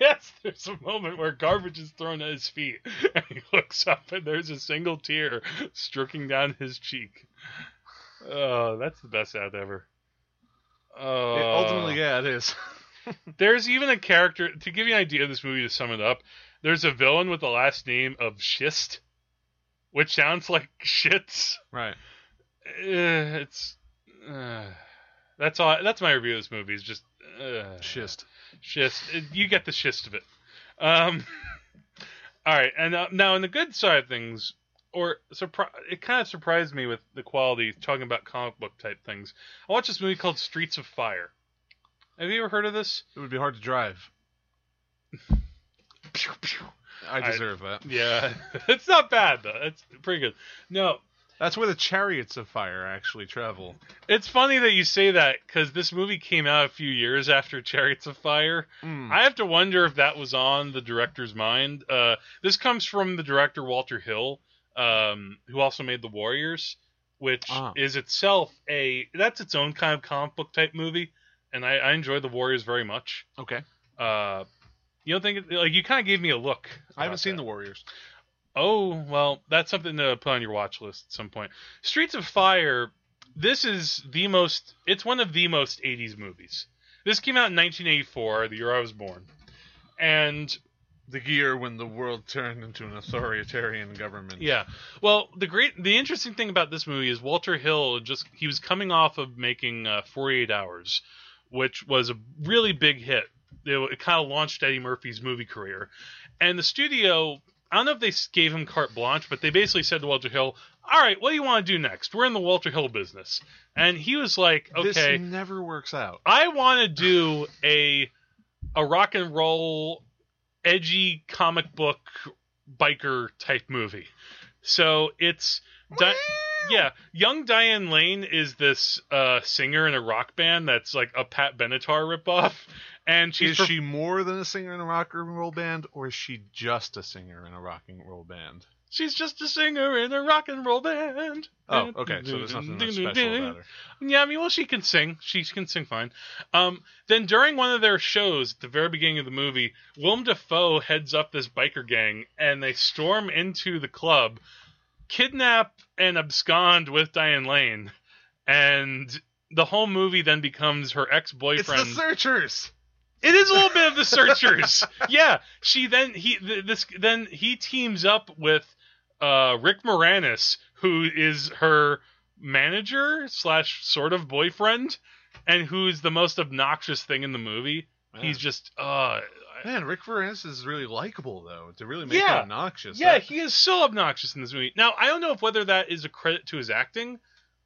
[SPEAKER 1] yes, there's a moment where garbage is thrown at his feet, [LAUGHS] and he looks up, and there's a single tear streaking down his cheek. Oh, that's the best ad ever. Oh,
[SPEAKER 2] It- ultimately, yeah, it is. [LAUGHS]
[SPEAKER 1] There's even a character to give you an idea of this movie to sum it up. There's a villain with the last name of Schist, which sounds like [LAUGHS] shits.
[SPEAKER 2] right.
[SPEAKER 1] Uh, it's uh, that's all. That's my review of this movie. Is just uh,
[SPEAKER 2] Schist.
[SPEAKER 1] Schist. Uh, You get the schist of it. Um. [LAUGHS] all right, and uh, now on the good side of things, or surpri- it kind of surprised me with the quality talking about comic book type things. I watched this movie called Streets of Fire. Have you ever heard of this?
[SPEAKER 2] It would be hard to drive. I
[SPEAKER 1] I-
[SPEAKER 2] deserve that.
[SPEAKER 1] Yeah, [LAUGHS] it's not bad though. It's pretty good. No,
[SPEAKER 2] That's where the chariots of fire actually travel.
[SPEAKER 1] it's funny that you say that because this movie came out a few years after [LAUGHS] Chariots of Fire.
[SPEAKER 2] Mm.
[SPEAKER 1] I have to wonder if that was on the director's mind. Uh, this comes from the director Walter Hill, um, who also made The Warriors, which
[SPEAKER 2] Ah.
[SPEAKER 1] is itself a that's its own kind of comic book type movie, and I, I enjoy The Warriors very much.
[SPEAKER 2] okay.
[SPEAKER 1] Uh, you don't think it, like you kind of gave me a look.
[SPEAKER 2] I haven't
[SPEAKER 1] about
[SPEAKER 2] seen
[SPEAKER 1] that.
[SPEAKER 2] the Warriors.
[SPEAKER 1] Oh, well, that's something to put on your watch list at some point. Streets of Fire, this is the most, it's one of the most 80s movies. This came out in 1984, the year I was born. And
[SPEAKER 2] The year when the world turned into an authoritarian government.
[SPEAKER 1] yeah, well, the great, the interesting thing about this movie is Walter Hill just, he was coming off of making uh, 48 Hours, which was a really big hit. It, it kind of launched Eddie Murphy's movie career. And the studio, I don't know if they s- gave him carte blanche, but they basically said to Walter Hill, "All right, what do you want to do next? We're in the Walter Hill business." And he was like, "Okay,
[SPEAKER 2] This never works out.
[SPEAKER 1] I want to do a a rock and roll, edgy comic book biker type movie." So it's Di- yeah, young Diane Lane is this uh, singer in a rock band that's like a Pat Benatar ripoff, and she's
[SPEAKER 2] is
[SPEAKER 1] perf-
[SPEAKER 2] she more than a singer in a rock and roll band, or is she just a singer in a rock and roll band?
[SPEAKER 1] She's just a singer in a rock and roll band.
[SPEAKER 2] Oh, okay. So there's nothing that's special about her.
[SPEAKER 1] Yeah, I mean, well, she can sing. She can sing fine. Um, then during one of their shows at the very beginning of the movie, Willem Dafoe heads up this biker gang, and they storm into the club, kidnap and abscond with Diane Lane, and the whole movie then becomes her
[SPEAKER 2] It's
[SPEAKER 1] ex-boyfriend.
[SPEAKER 2] the Searchers.
[SPEAKER 1] It is a little bit [LAUGHS] of the Searchers. yeah, she then he th- this then he teams up with uh, Rick Moranis, who is her manager slash sort of boyfriend, and who's the most obnoxious thing in the movie. He's just uh,
[SPEAKER 2] man, Rick Moranis is really likable though. To really make
[SPEAKER 1] Yeah.
[SPEAKER 2] him obnoxious.
[SPEAKER 1] yeah,
[SPEAKER 2] that-
[SPEAKER 1] he is so obnoxious in this movie. Now, I don't know if whether that is a credit to his acting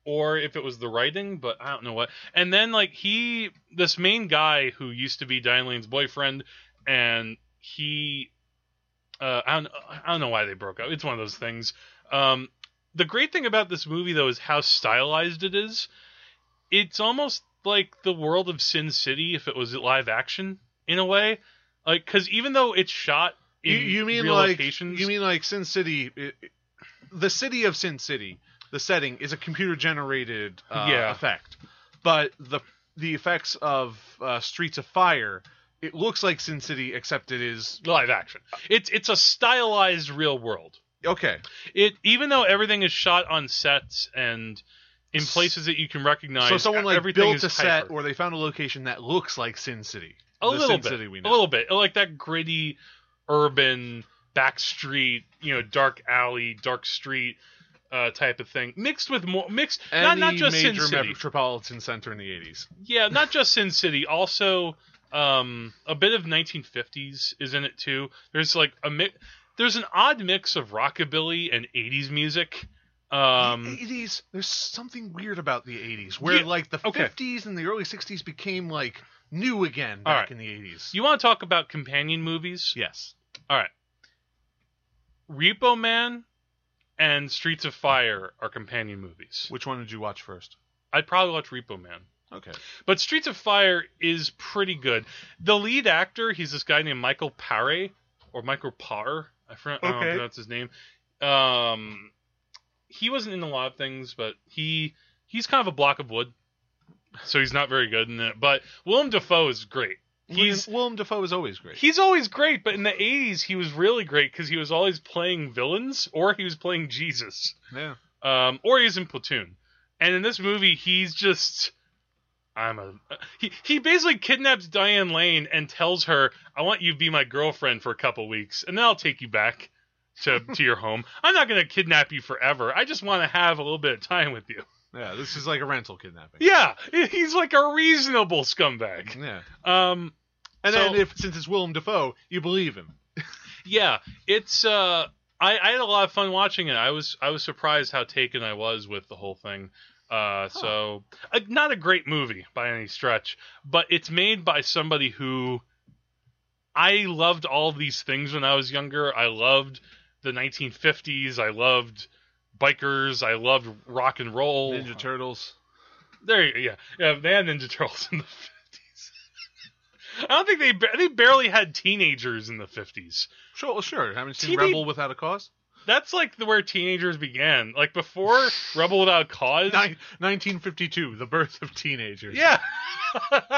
[SPEAKER 1] or if it was the writing, but I don't know what. And then like he this main guy who used to be Diane Lane's boyfriend and he uh, I don't I don't know why they broke up. It's one of those things. Um the great thing about this movie though is how stylized it is. It's almost like the world of Sin City if it was live action in a way. Like cuz even though it's shot in
[SPEAKER 2] you, you mean
[SPEAKER 1] real
[SPEAKER 2] like
[SPEAKER 1] locations,
[SPEAKER 2] you mean like Sin City, it- it- the city of Sin City. The setting is a computer generated uh,
[SPEAKER 1] Yeah.
[SPEAKER 2] effect, but the the effects of uh, Streets of Fire. It looks like Sin City, except it is
[SPEAKER 1] live action. It's it's a stylized real world.
[SPEAKER 2] okay.
[SPEAKER 1] It even though everything is shot on sets and in places that you can recognize.
[SPEAKER 2] so someone like
[SPEAKER 1] everything
[SPEAKER 2] built
[SPEAKER 1] is
[SPEAKER 2] a set,
[SPEAKER 1] hyper.
[SPEAKER 2] or they found a location that looks like Sin City.
[SPEAKER 1] a
[SPEAKER 2] the
[SPEAKER 1] little
[SPEAKER 2] Sin
[SPEAKER 1] bit,
[SPEAKER 2] City we
[SPEAKER 1] a
[SPEAKER 2] know.
[SPEAKER 1] little bit, like that gritty, urban back street, you know, dark alley, dark street uh, type of thing, mixed with more mixed, not
[SPEAKER 2] Any
[SPEAKER 1] not just Sin
[SPEAKER 2] major
[SPEAKER 1] City.
[SPEAKER 2] metropolitan center in the eighties.
[SPEAKER 1] Yeah, not just Sin City. Also, um, a bit of 1950s is in it too. There's like a mi- there's an odd mix of rockabilly and 80s music. Um,
[SPEAKER 2] the 80s there's something weird about the 80s where
[SPEAKER 1] Yeah,
[SPEAKER 2] like the
[SPEAKER 1] okay.
[SPEAKER 2] 50s and the early 60s became like new again
[SPEAKER 1] All
[SPEAKER 2] back
[SPEAKER 1] right.
[SPEAKER 2] in the 80s
[SPEAKER 1] you want to talk about companion movies?
[SPEAKER 2] yes
[SPEAKER 1] Repo Man and Streets of Fire are companion movies.
[SPEAKER 2] which one did you watch first
[SPEAKER 1] I'd probably watch Repo Man.
[SPEAKER 2] okay
[SPEAKER 1] But Streets of Fire is pretty good. The lead actor, he's this guy named Michael Paré or Michael Parr. I, fr- I don't know
[SPEAKER 2] Okay.
[SPEAKER 1] if that's his name. Um, he wasn't in a lot of things, but he he's kind of a block of wood, so he's not very good in it. But Willem Dafoe is great. He's-
[SPEAKER 2] he's willem dafoe is always great
[SPEAKER 1] He's always great, but in the '80s he was really great because he was always playing villains or he was playing Jesus
[SPEAKER 2] yeah
[SPEAKER 1] um, or he's in Platoon. And in this movie, he's just I'm a he. He basically kidnaps Diane Lane and tells her, "I want you to be my girlfriend for a couple weeks, and then I'll take you back to to your home. I'm not going to kidnap you forever. I just want to have a little bit of time with you."
[SPEAKER 2] yeah this is like a rental kidnapping
[SPEAKER 1] Yeah, he's like a reasonable scumbag.
[SPEAKER 2] yeah
[SPEAKER 1] Um,
[SPEAKER 2] and
[SPEAKER 1] So-
[SPEAKER 2] then if since it's willem dafoe you believe him
[SPEAKER 1] yeah, it's uh, I, I had a lot of fun watching it. I was I was surprised how taken I was with the whole thing. Uh, so uh, not a great movie by any stretch, but it's made by somebody who I loved all these things when I was younger. I loved the 1950s. I loved bikers. I loved rock and roll.
[SPEAKER 2] ninja turtles
[SPEAKER 1] There, you yeah, yeah. They had Ninja Turtles in the fifties. [LAUGHS] I don't think they ba- they barely had teenagers in the fifties.
[SPEAKER 2] sure well, sure haven't you seen
[SPEAKER 1] TV
[SPEAKER 2] rebel without a cause
[SPEAKER 1] That's like the, where teenagers began. Like before Rebel Without Cause.
[SPEAKER 2] Nin- 1952 the birth of teenagers
[SPEAKER 1] yeah. [LAUGHS]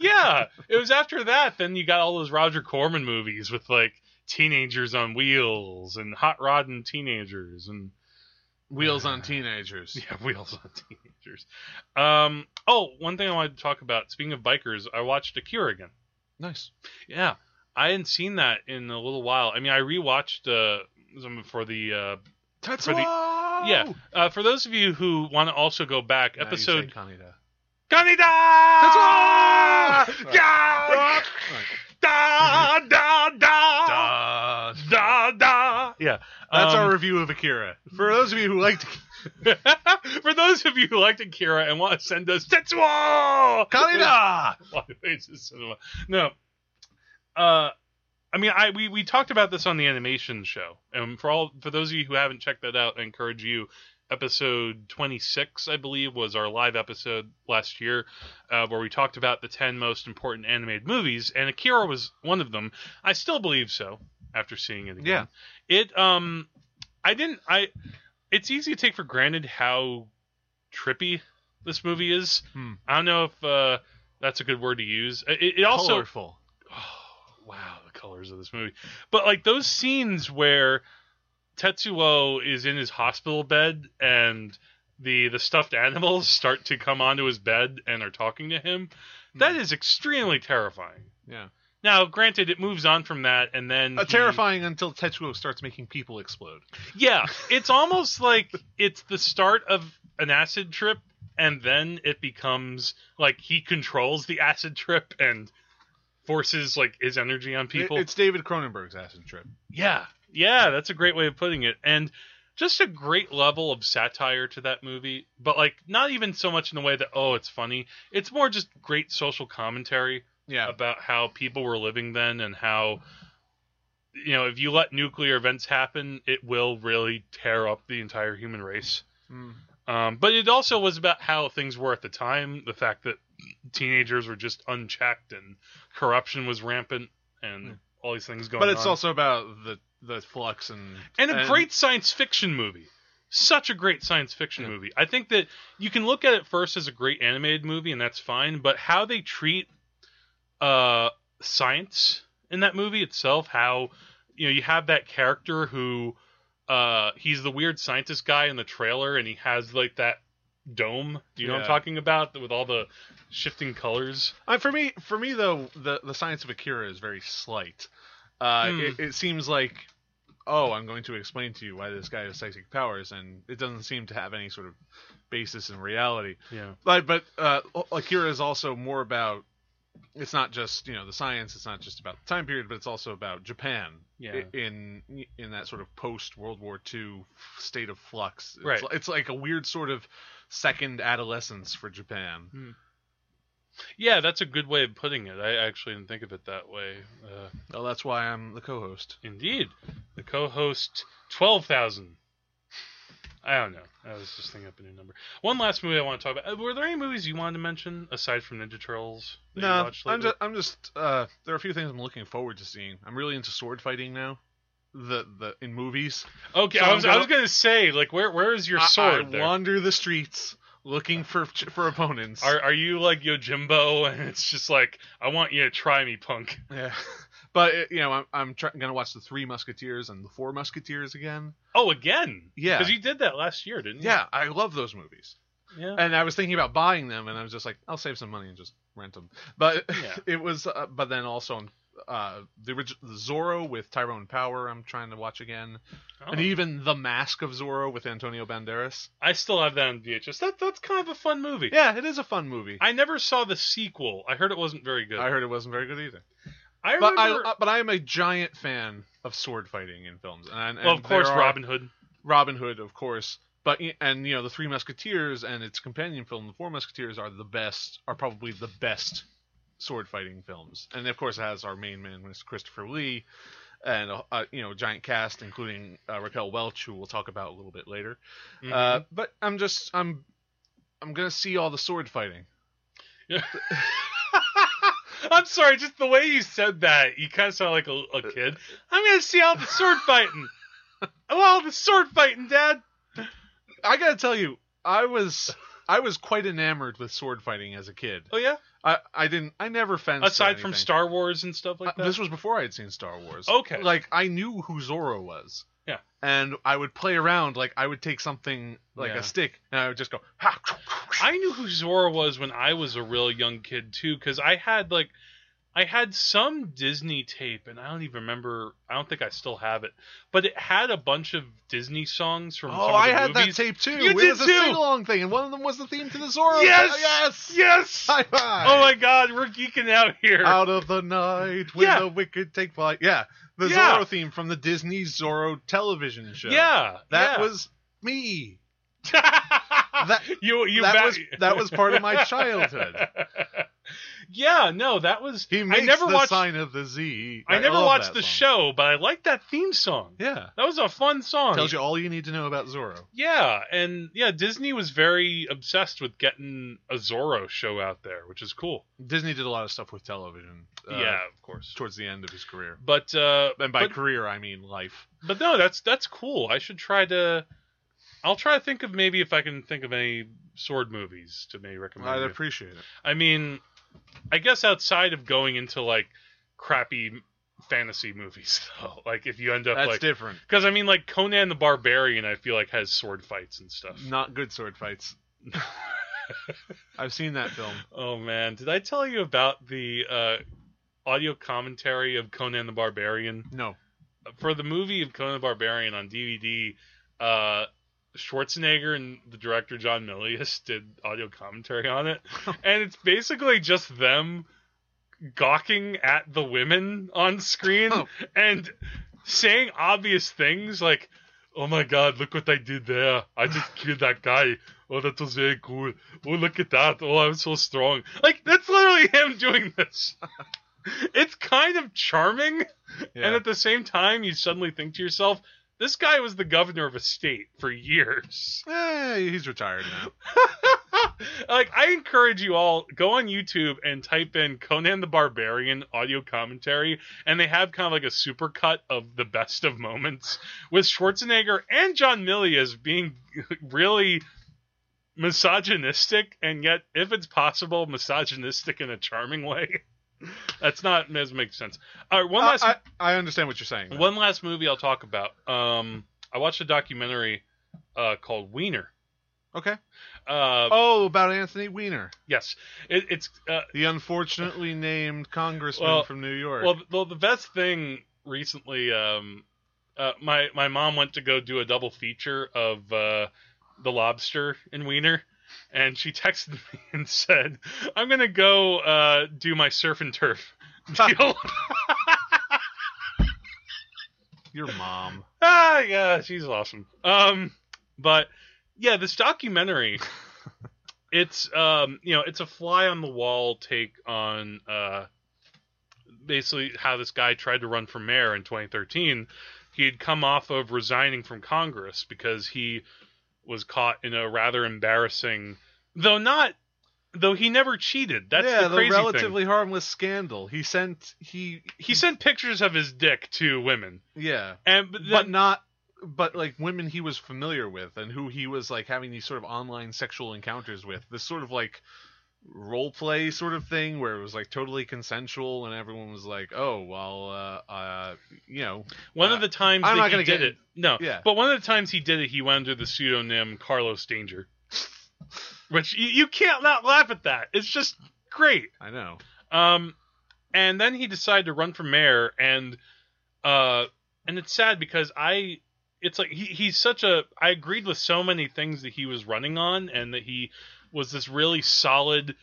[SPEAKER 1] yeah. It was after that then you got all those Roger Corman movies with like teenagers on wheels and hot rodding teenagers and [LAUGHS]
[SPEAKER 2] wheels on teenagers
[SPEAKER 1] Yeah, wheels on teenagers. Um, oh, one thing I wanted to talk about. Speaking of bikers, I watched Akira again.
[SPEAKER 2] nice
[SPEAKER 1] Yeah, I hadn't seen that in a little while. I mean, I rewatched uh, some for the
[SPEAKER 2] that's
[SPEAKER 1] the- yeah. uh, uh, for those of you who want to also go back, episode Kaneda.
[SPEAKER 2] [LAUGHS] Sorry.
[SPEAKER 1] Yeah! Da da da
[SPEAKER 2] That's
[SPEAKER 1] da da. Yeah, Um,
[SPEAKER 2] our review of Akira. For those of you who liked
[SPEAKER 1] [LAUGHS] for those of you who liked Akira and want to send us Tetsuo.
[SPEAKER 2] Kaneda,
[SPEAKER 1] [LAUGHS] Why is this cinema? No. Uh, I mean, I we, we talked about this on the animation show, and for all for those of you who haven't checked that out, I encourage you. Episode twenty six, I believe, was our live episode last year, uh, where we talked about the ten most important animated movies, and Akira was one of them. I still believe so after seeing it again. Yeah. It um, I didn't I. It's easy to take for granted how trippy this movie is.
[SPEAKER 2] Hmm.
[SPEAKER 1] I don't know if uh, that's a good word to use. Uh, It, it also
[SPEAKER 2] colorful.
[SPEAKER 1] [SIGHS] oh, wow the colors of this movie but like those scenes where tetsuo is in his hospital bed and the the stuffed [LAUGHS] animals start
[SPEAKER 2] Hmm.
[SPEAKER 1] to come onto his bed and are talking to him that is extremely terrifying
[SPEAKER 2] Yeah,
[SPEAKER 1] Now, granted, it moves on from that, and then
[SPEAKER 2] Uh,
[SPEAKER 1] he-
[SPEAKER 2] terrifying until Tetsuo starts making people explode.
[SPEAKER 1] Yeah, it's almost like it's the start of an acid trip, and then it becomes like he controls the acid trip and forces like his energy on
[SPEAKER 2] It-
[SPEAKER 1] people.
[SPEAKER 2] it's David Cronenberg's acid trip.
[SPEAKER 1] Yeah, yeah, that's a great way of putting it, and just a great level of satire to that movie. But like, not even so much in the way that oh, it's funny. It's more just great social commentary
[SPEAKER 2] Yeah,
[SPEAKER 1] about how people were living then and how you know if you let nuclear events happen it will really tear up the entire human race
[SPEAKER 2] Mm.
[SPEAKER 1] um, but it also was about how things were at the time the fact that teenagers were just unchecked and corruption was rampant and
[SPEAKER 2] Hmm.
[SPEAKER 1] all these things going
[SPEAKER 2] but it's
[SPEAKER 1] on
[SPEAKER 2] also about the the flux and
[SPEAKER 1] and a great science fiction movie. Such a great science fiction
[SPEAKER 2] Yeah.
[SPEAKER 1] movie. I think that you can look at it first as a great animated movie, and that's fine. But how they treat uh, science in that movie itself, how you know you have that character who uh, he's the weird scientist guy in the trailer, and he has like that dome. Do you know what
[SPEAKER 2] Yeah.
[SPEAKER 1] I'm talking about? With all the shifting colors.
[SPEAKER 2] Uh, for me, for me though, the the science of Akira is very slight. Uh,
[SPEAKER 1] Hmm.
[SPEAKER 2] it, it seems like, oh, I'm going to explain to you why this guy has psychic powers, and it doesn't seem to have any sort of basis in reality.
[SPEAKER 1] Yeah.
[SPEAKER 2] Like, but uh, Akira is also more about. It's not just you know the science. It's not just about the time period, but it's also about Japan
[SPEAKER 1] Yeah.
[SPEAKER 2] i- in in that sort of post World War II state of flux. It's,
[SPEAKER 1] Right.
[SPEAKER 2] li- it's like a weird sort of second adolescence for Japan.
[SPEAKER 1] Yeah, that's a good way of putting it. I actually didn't think of it that way. Uh,
[SPEAKER 2] Well, that's why I'm the co-host.
[SPEAKER 1] Indeed. The co host, 12,000. I don't know. I was just thinking up a new number. One last movie I want to talk about. Uh, Were there any movies you wanted to mention aside from Ninja Turtles? that you
[SPEAKER 2] No,
[SPEAKER 1] watched
[SPEAKER 2] I'm
[SPEAKER 1] lately?
[SPEAKER 2] just, I'm just uh, there are a few things I'm looking forward to seeing. I'm really into sword fighting now. The the in movies,
[SPEAKER 1] Okay,
[SPEAKER 2] so
[SPEAKER 1] I
[SPEAKER 2] I'm
[SPEAKER 1] was, I
[SPEAKER 2] gonna-
[SPEAKER 1] was gonna say like where where is your
[SPEAKER 2] I-
[SPEAKER 1] sword?
[SPEAKER 2] I,
[SPEAKER 1] there?
[SPEAKER 2] wander the streets looking for for opponents.
[SPEAKER 1] Are are you like Yojimbo [LAUGHS] and it's just like I want you to try me, punk?
[SPEAKER 2] [LAUGHS] Yeah, but it, you know I'm I'm try- gonna watch the Three Musketeers and the Four Musketeers again.
[SPEAKER 1] Oh, again?
[SPEAKER 2] Yeah.
[SPEAKER 1] because you did that last year, didn't you?
[SPEAKER 2] Yeah, I love those movies,
[SPEAKER 1] yeah.
[SPEAKER 2] and I was thinking about buying them, and I was just like, I'll save some money and just rent them. But [LAUGHS]
[SPEAKER 1] Yeah.
[SPEAKER 2] it was, uh, but then also. Uh, the original Zorro with Tyrone Power, I'm trying to watch again,
[SPEAKER 1] Oh.
[SPEAKER 2] and even The Mask of Zorro with Antonio Banderas.
[SPEAKER 1] I still have that on VHS. That that's kind of a fun movie.
[SPEAKER 2] Yeah, it is a fun movie.
[SPEAKER 1] I never saw the sequel. I heard it wasn't very good.
[SPEAKER 2] I heard it wasn't very good either.
[SPEAKER 1] I
[SPEAKER 2] But
[SPEAKER 1] remember.
[SPEAKER 2] I, uh, but I am a giant fan of sword fighting in films, and, and
[SPEAKER 1] well, of course,
[SPEAKER 2] there are-
[SPEAKER 1] Robin Hood.
[SPEAKER 2] Robin Hood, of course. But y- and you know the Three Musketeers and its companion film, The Four Musketeers, are the best. Are probably the best sword fighting films, and of course it has our main man, Mr. Christopher Lee, and a, a, you know giant cast including uh, Raquel Welch, who we'll talk about a little bit later.
[SPEAKER 1] Mm-hmm.
[SPEAKER 2] Uh, but I'm just I'm I'm gonna see all the sword fighting.
[SPEAKER 1] [LAUGHS] I'm sorry, just the way you said that, you kind of sound like a, a kid. I'm gonna see all the sword
[SPEAKER 2] [LAUGHS]
[SPEAKER 1] fighting. I want all the sword fighting, Dad.
[SPEAKER 2] I gotta tell you, I was I was quite enamored with sword fighting as a kid.
[SPEAKER 1] Oh yeah.
[SPEAKER 2] I I didn't I never fenced. or
[SPEAKER 1] Aside from
[SPEAKER 2] anything.
[SPEAKER 1] Star Wars and stuff like
[SPEAKER 2] Uh,
[SPEAKER 1] that.
[SPEAKER 2] this was before I had seen Star Wars.
[SPEAKER 1] Okay.
[SPEAKER 2] Like I knew who Zorro was.
[SPEAKER 1] Yeah.
[SPEAKER 2] And I would play around like I would take something like
[SPEAKER 1] Yeah.
[SPEAKER 2] a stick and I would just go ha.
[SPEAKER 1] I knew who Zora was when I was a real young kid too, because I had like, I had some Disney tape, and I don't even remember. I don't think I still have it, but it had a bunch of Disney songs from. some
[SPEAKER 2] Oh,
[SPEAKER 1] of the
[SPEAKER 2] I had
[SPEAKER 1] movies.
[SPEAKER 2] that tape too.
[SPEAKER 1] You
[SPEAKER 2] it
[SPEAKER 1] did
[SPEAKER 2] was a
[SPEAKER 1] too!
[SPEAKER 2] sing-along thing, and one of them was the theme to the Zorro.
[SPEAKER 1] Yes!
[SPEAKER 2] yes,
[SPEAKER 1] Yes.
[SPEAKER 2] High five!
[SPEAKER 1] Oh my God, we're geeking out [LAUGHS] here.
[SPEAKER 2] Out of the night when
[SPEAKER 1] Yeah.
[SPEAKER 2] the wicked take flight. Yeah, the
[SPEAKER 1] Yeah.
[SPEAKER 2] Zorro theme from the Disney Zorro television show.
[SPEAKER 1] Yeah,
[SPEAKER 2] that
[SPEAKER 1] yeah. [LAUGHS]
[SPEAKER 2] was me.
[SPEAKER 1] that you. You
[SPEAKER 2] that
[SPEAKER 1] back-
[SPEAKER 2] was
[SPEAKER 1] [LAUGHS]
[SPEAKER 2] that was part of my childhood.
[SPEAKER 1] yeah, no, that was.
[SPEAKER 2] He makes
[SPEAKER 1] I never
[SPEAKER 2] the
[SPEAKER 1] watched.
[SPEAKER 2] sign of the Z.
[SPEAKER 1] I never
[SPEAKER 2] love
[SPEAKER 1] watched
[SPEAKER 2] that
[SPEAKER 1] the
[SPEAKER 2] song.
[SPEAKER 1] show, but I liked that theme song.
[SPEAKER 2] Yeah,
[SPEAKER 1] That was a fun song.
[SPEAKER 2] tells you all you need to know about Zorro.
[SPEAKER 1] Yeah, and yeah, Disney was very obsessed with getting a Zorro show out there, which is cool.
[SPEAKER 2] Disney did a lot of stuff with television. uh,
[SPEAKER 1] yeah, of course.
[SPEAKER 2] towards the end of his career,
[SPEAKER 1] But uh,
[SPEAKER 2] and by
[SPEAKER 1] but,
[SPEAKER 2] career I mean life.
[SPEAKER 1] but no, that's that's cool. I should try to. I'll try to think of maybe if I can think of any sword movies to maybe recommend.
[SPEAKER 2] I'd
[SPEAKER 1] you.
[SPEAKER 2] appreciate it.
[SPEAKER 1] I mean, I guess outside of going into like crappy fantasy movies, [LAUGHS] though, like if you end up
[SPEAKER 2] That's
[SPEAKER 1] like
[SPEAKER 2] different.
[SPEAKER 1] because I mean, like Conan the Barbarian, I feel like has sword fights and stuff.
[SPEAKER 2] Not good sword fights. [LAUGHS] I've seen that film.
[SPEAKER 1] Oh man, did I tell you about the uh audio commentary of Conan the Barbarian?
[SPEAKER 2] No.
[SPEAKER 1] For the movie of Conan the Barbarian on DVD, uh, Schwarzenegger and the director John Milius [LAUGHS] did audio commentary on it, and it's basically just them gawking at the women on screen
[SPEAKER 2] Oh.
[SPEAKER 1] and saying obvious things like, "Oh my God, look what I did there! I just killed that guy. Oh, that was very cool. Oh, look at that. Oh, I'm so strong." Like that's literally him doing this. it's kind of charming.
[SPEAKER 2] Yeah.
[SPEAKER 1] And at the same time, you suddenly think to yourself, this guy was the governor of a state for years. [LAUGHS]
[SPEAKER 2] Eh, he's retired now.
[SPEAKER 1] like, I encourage you all go on YouTube and type in Conan the Barbarian audio commentary, and they have kind of like a supercut of the best of moments with Schwarzenegger and John Milius being [LAUGHS] really misogynistic, and yet, if it's possible, misogynistic in a charming way. [LAUGHS] That's not doesn't make sense. All right, one
[SPEAKER 2] Uh, I-
[SPEAKER 1] last
[SPEAKER 2] I, I understand what you're saying. though.
[SPEAKER 1] one last movie I'll talk about. Um, I watched a documentary uh, called Wiener.
[SPEAKER 2] Okay.
[SPEAKER 1] Uh,
[SPEAKER 2] Oh, about Anthony Weiner,
[SPEAKER 1] Yes, it, it's uh,
[SPEAKER 2] the unfortunately named congressman
[SPEAKER 1] Well-
[SPEAKER 2] from New York.
[SPEAKER 1] well the, the best thing recently. Um, uh, my my mom went to go do a double feature of uh, the lobster and Wiener. And she [LAUGHS] texted me and said, "I'm gonna go uh, do my surf and turf [LAUGHS] deal."
[SPEAKER 2] Your mom.
[SPEAKER 1] ah, yeah, she's awesome. Um, but yeah, this
[SPEAKER 2] [LAUGHS]
[SPEAKER 1] documentary, it's um, you know, it's a fly on the wall take on uh, basically how this guy tried to run for mayor in 2013. He had come off of resigning from Congress because he was caught in a rather embarrassing, though not, though he never cheated. That's
[SPEAKER 2] yeah,
[SPEAKER 1] the crazy thing.
[SPEAKER 2] relatively harmless scandal. He sent he
[SPEAKER 1] He sent pictures of his dick to women,
[SPEAKER 2] yeah,
[SPEAKER 1] and but,
[SPEAKER 2] but
[SPEAKER 1] then,
[SPEAKER 2] not but like women he was familiar with and who he was like having these sort of online sexual encounters with. This sort of like role play sort of thing where it was like totally consensual and everyone was like, "Oh, well, uh, uh you know,
[SPEAKER 1] One of
[SPEAKER 2] Uh,
[SPEAKER 1] the times
[SPEAKER 2] I'm
[SPEAKER 1] that
[SPEAKER 2] not
[SPEAKER 1] he
[SPEAKER 2] gonna
[SPEAKER 1] did
[SPEAKER 2] get-
[SPEAKER 1] it, no,
[SPEAKER 2] yeah.
[SPEAKER 1] but one of the times he did it, he went under the pseudonym Carlos
[SPEAKER 2] [LAUGHS]
[SPEAKER 1] Danger, which you, you can't not laugh at that. It's just great.
[SPEAKER 2] I know."
[SPEAKER 1] Um, and then he decided to run for mayor, and uh, and it's sad because I, it's like he, he's such a. I agreed with so many things that he was running on, and that he was this really solid,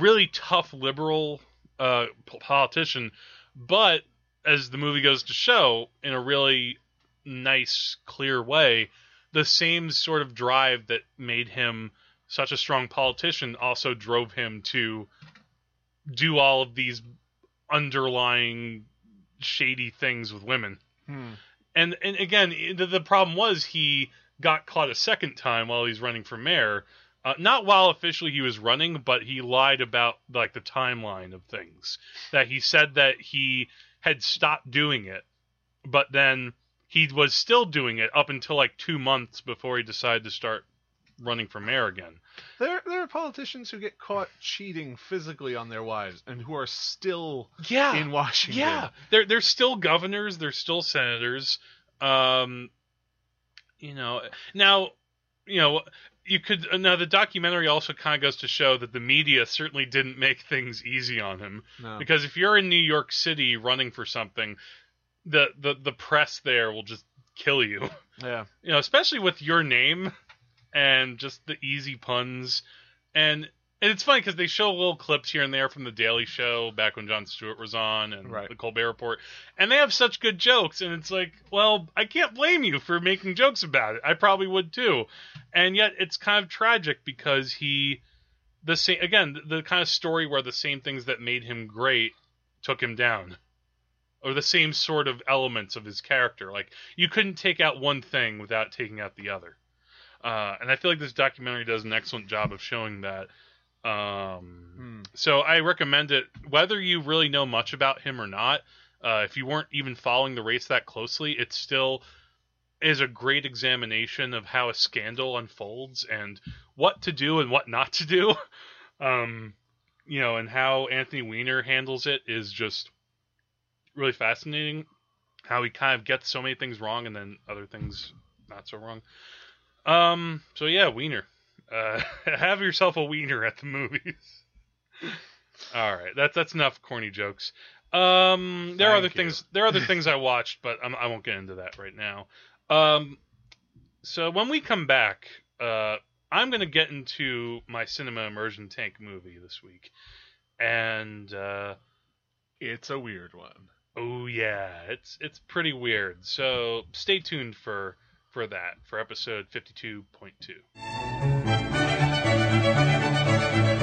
[SPEAKER 1] really tough liberal uh, p- politician, but as the movie goes to show, in a really nice, clear way, the same sort of drive that made him such a strong politician also drove him to do all of these underlying shady things with women.
[SPEAKER 2] Hmm.
[SPEAKER 1] And and again, the, the problem was he got caught a second time while he's running for mayor. Uh, not while officially he was running, but he lied about like the timeline of things. That he said that he had stopped doing it, but then he was still doing it up until like two months before he decided to start running for mayor again.
[SPEAKER 2] There, there are politicians who get caught cheating physically on their wives and who are still
[SPEAKER 1] Yeah,
[SPEAKER 2] in Washington.
[SPEAKER 1] Yeah, they're they're still governors, they're still senators. Um, you know, now you know you could now the documentary also kind of goes to show that the media certainly didn't make things easy on him
[SPEAKER 2] No.
[SPEAKER 1] because if you're in New York City running for something, the the the press there will just kill you.
[SPEAKER 2] yeah.
[SPEAKER 1] You know, especially with your name and just the easy puns and. And it's funny because they show little clips here and there from the Daily Show back when Jon Stewart was on and
[SPEAKER 2] Right.
[SPEAKER 1] the Colbert Report, and they have such good jokes. And it's like, well, I can't blame you for making jokes about it. I probably would too. And yet, it's kind of tragic because he, the same again, the, the kind of story where the same things that made him great took him down, or the same sort of elements of his character. Like you couldn't take out one thing without taking out the other. Uh, and I feel like this documentary does an excellent job of showing that. Um,
[SPEAKER 2] Hmm.
[SPEAKER 1] so I recommend it, whether you really know much about him or not. Uh, if you weren't even following the race that closely, it still is a great examination of how a scandal unfolds and what to do and what not to do. [LAUGHS] Um, you know, and how Anthony Weiner handles it is just really fascinating. How he kind of gets so many things wrong and then other things not so wrong. Um, [LAUGHS] so yeah, Wiener. Uh, have yourself a wiener at the movies. [LAUGHS] All right, that's that's enough corny jokes. Um, there are
[SPEAKER 2] Thank
[SPEAKER 1] other
[SPEAKER 2] you.
[SPEAKER 1] things. There are other things I watched, but I'm, I won't get into that right now. Um, so when we come back, uh, I'm going to get into my cinema immersion tank movie this week, and uh,
[SPEAKER 2] It's a weird one.
[SPEAKER 1] oh yeah, it's it's pretty weird. So stay tuned for for that for episode 52.2.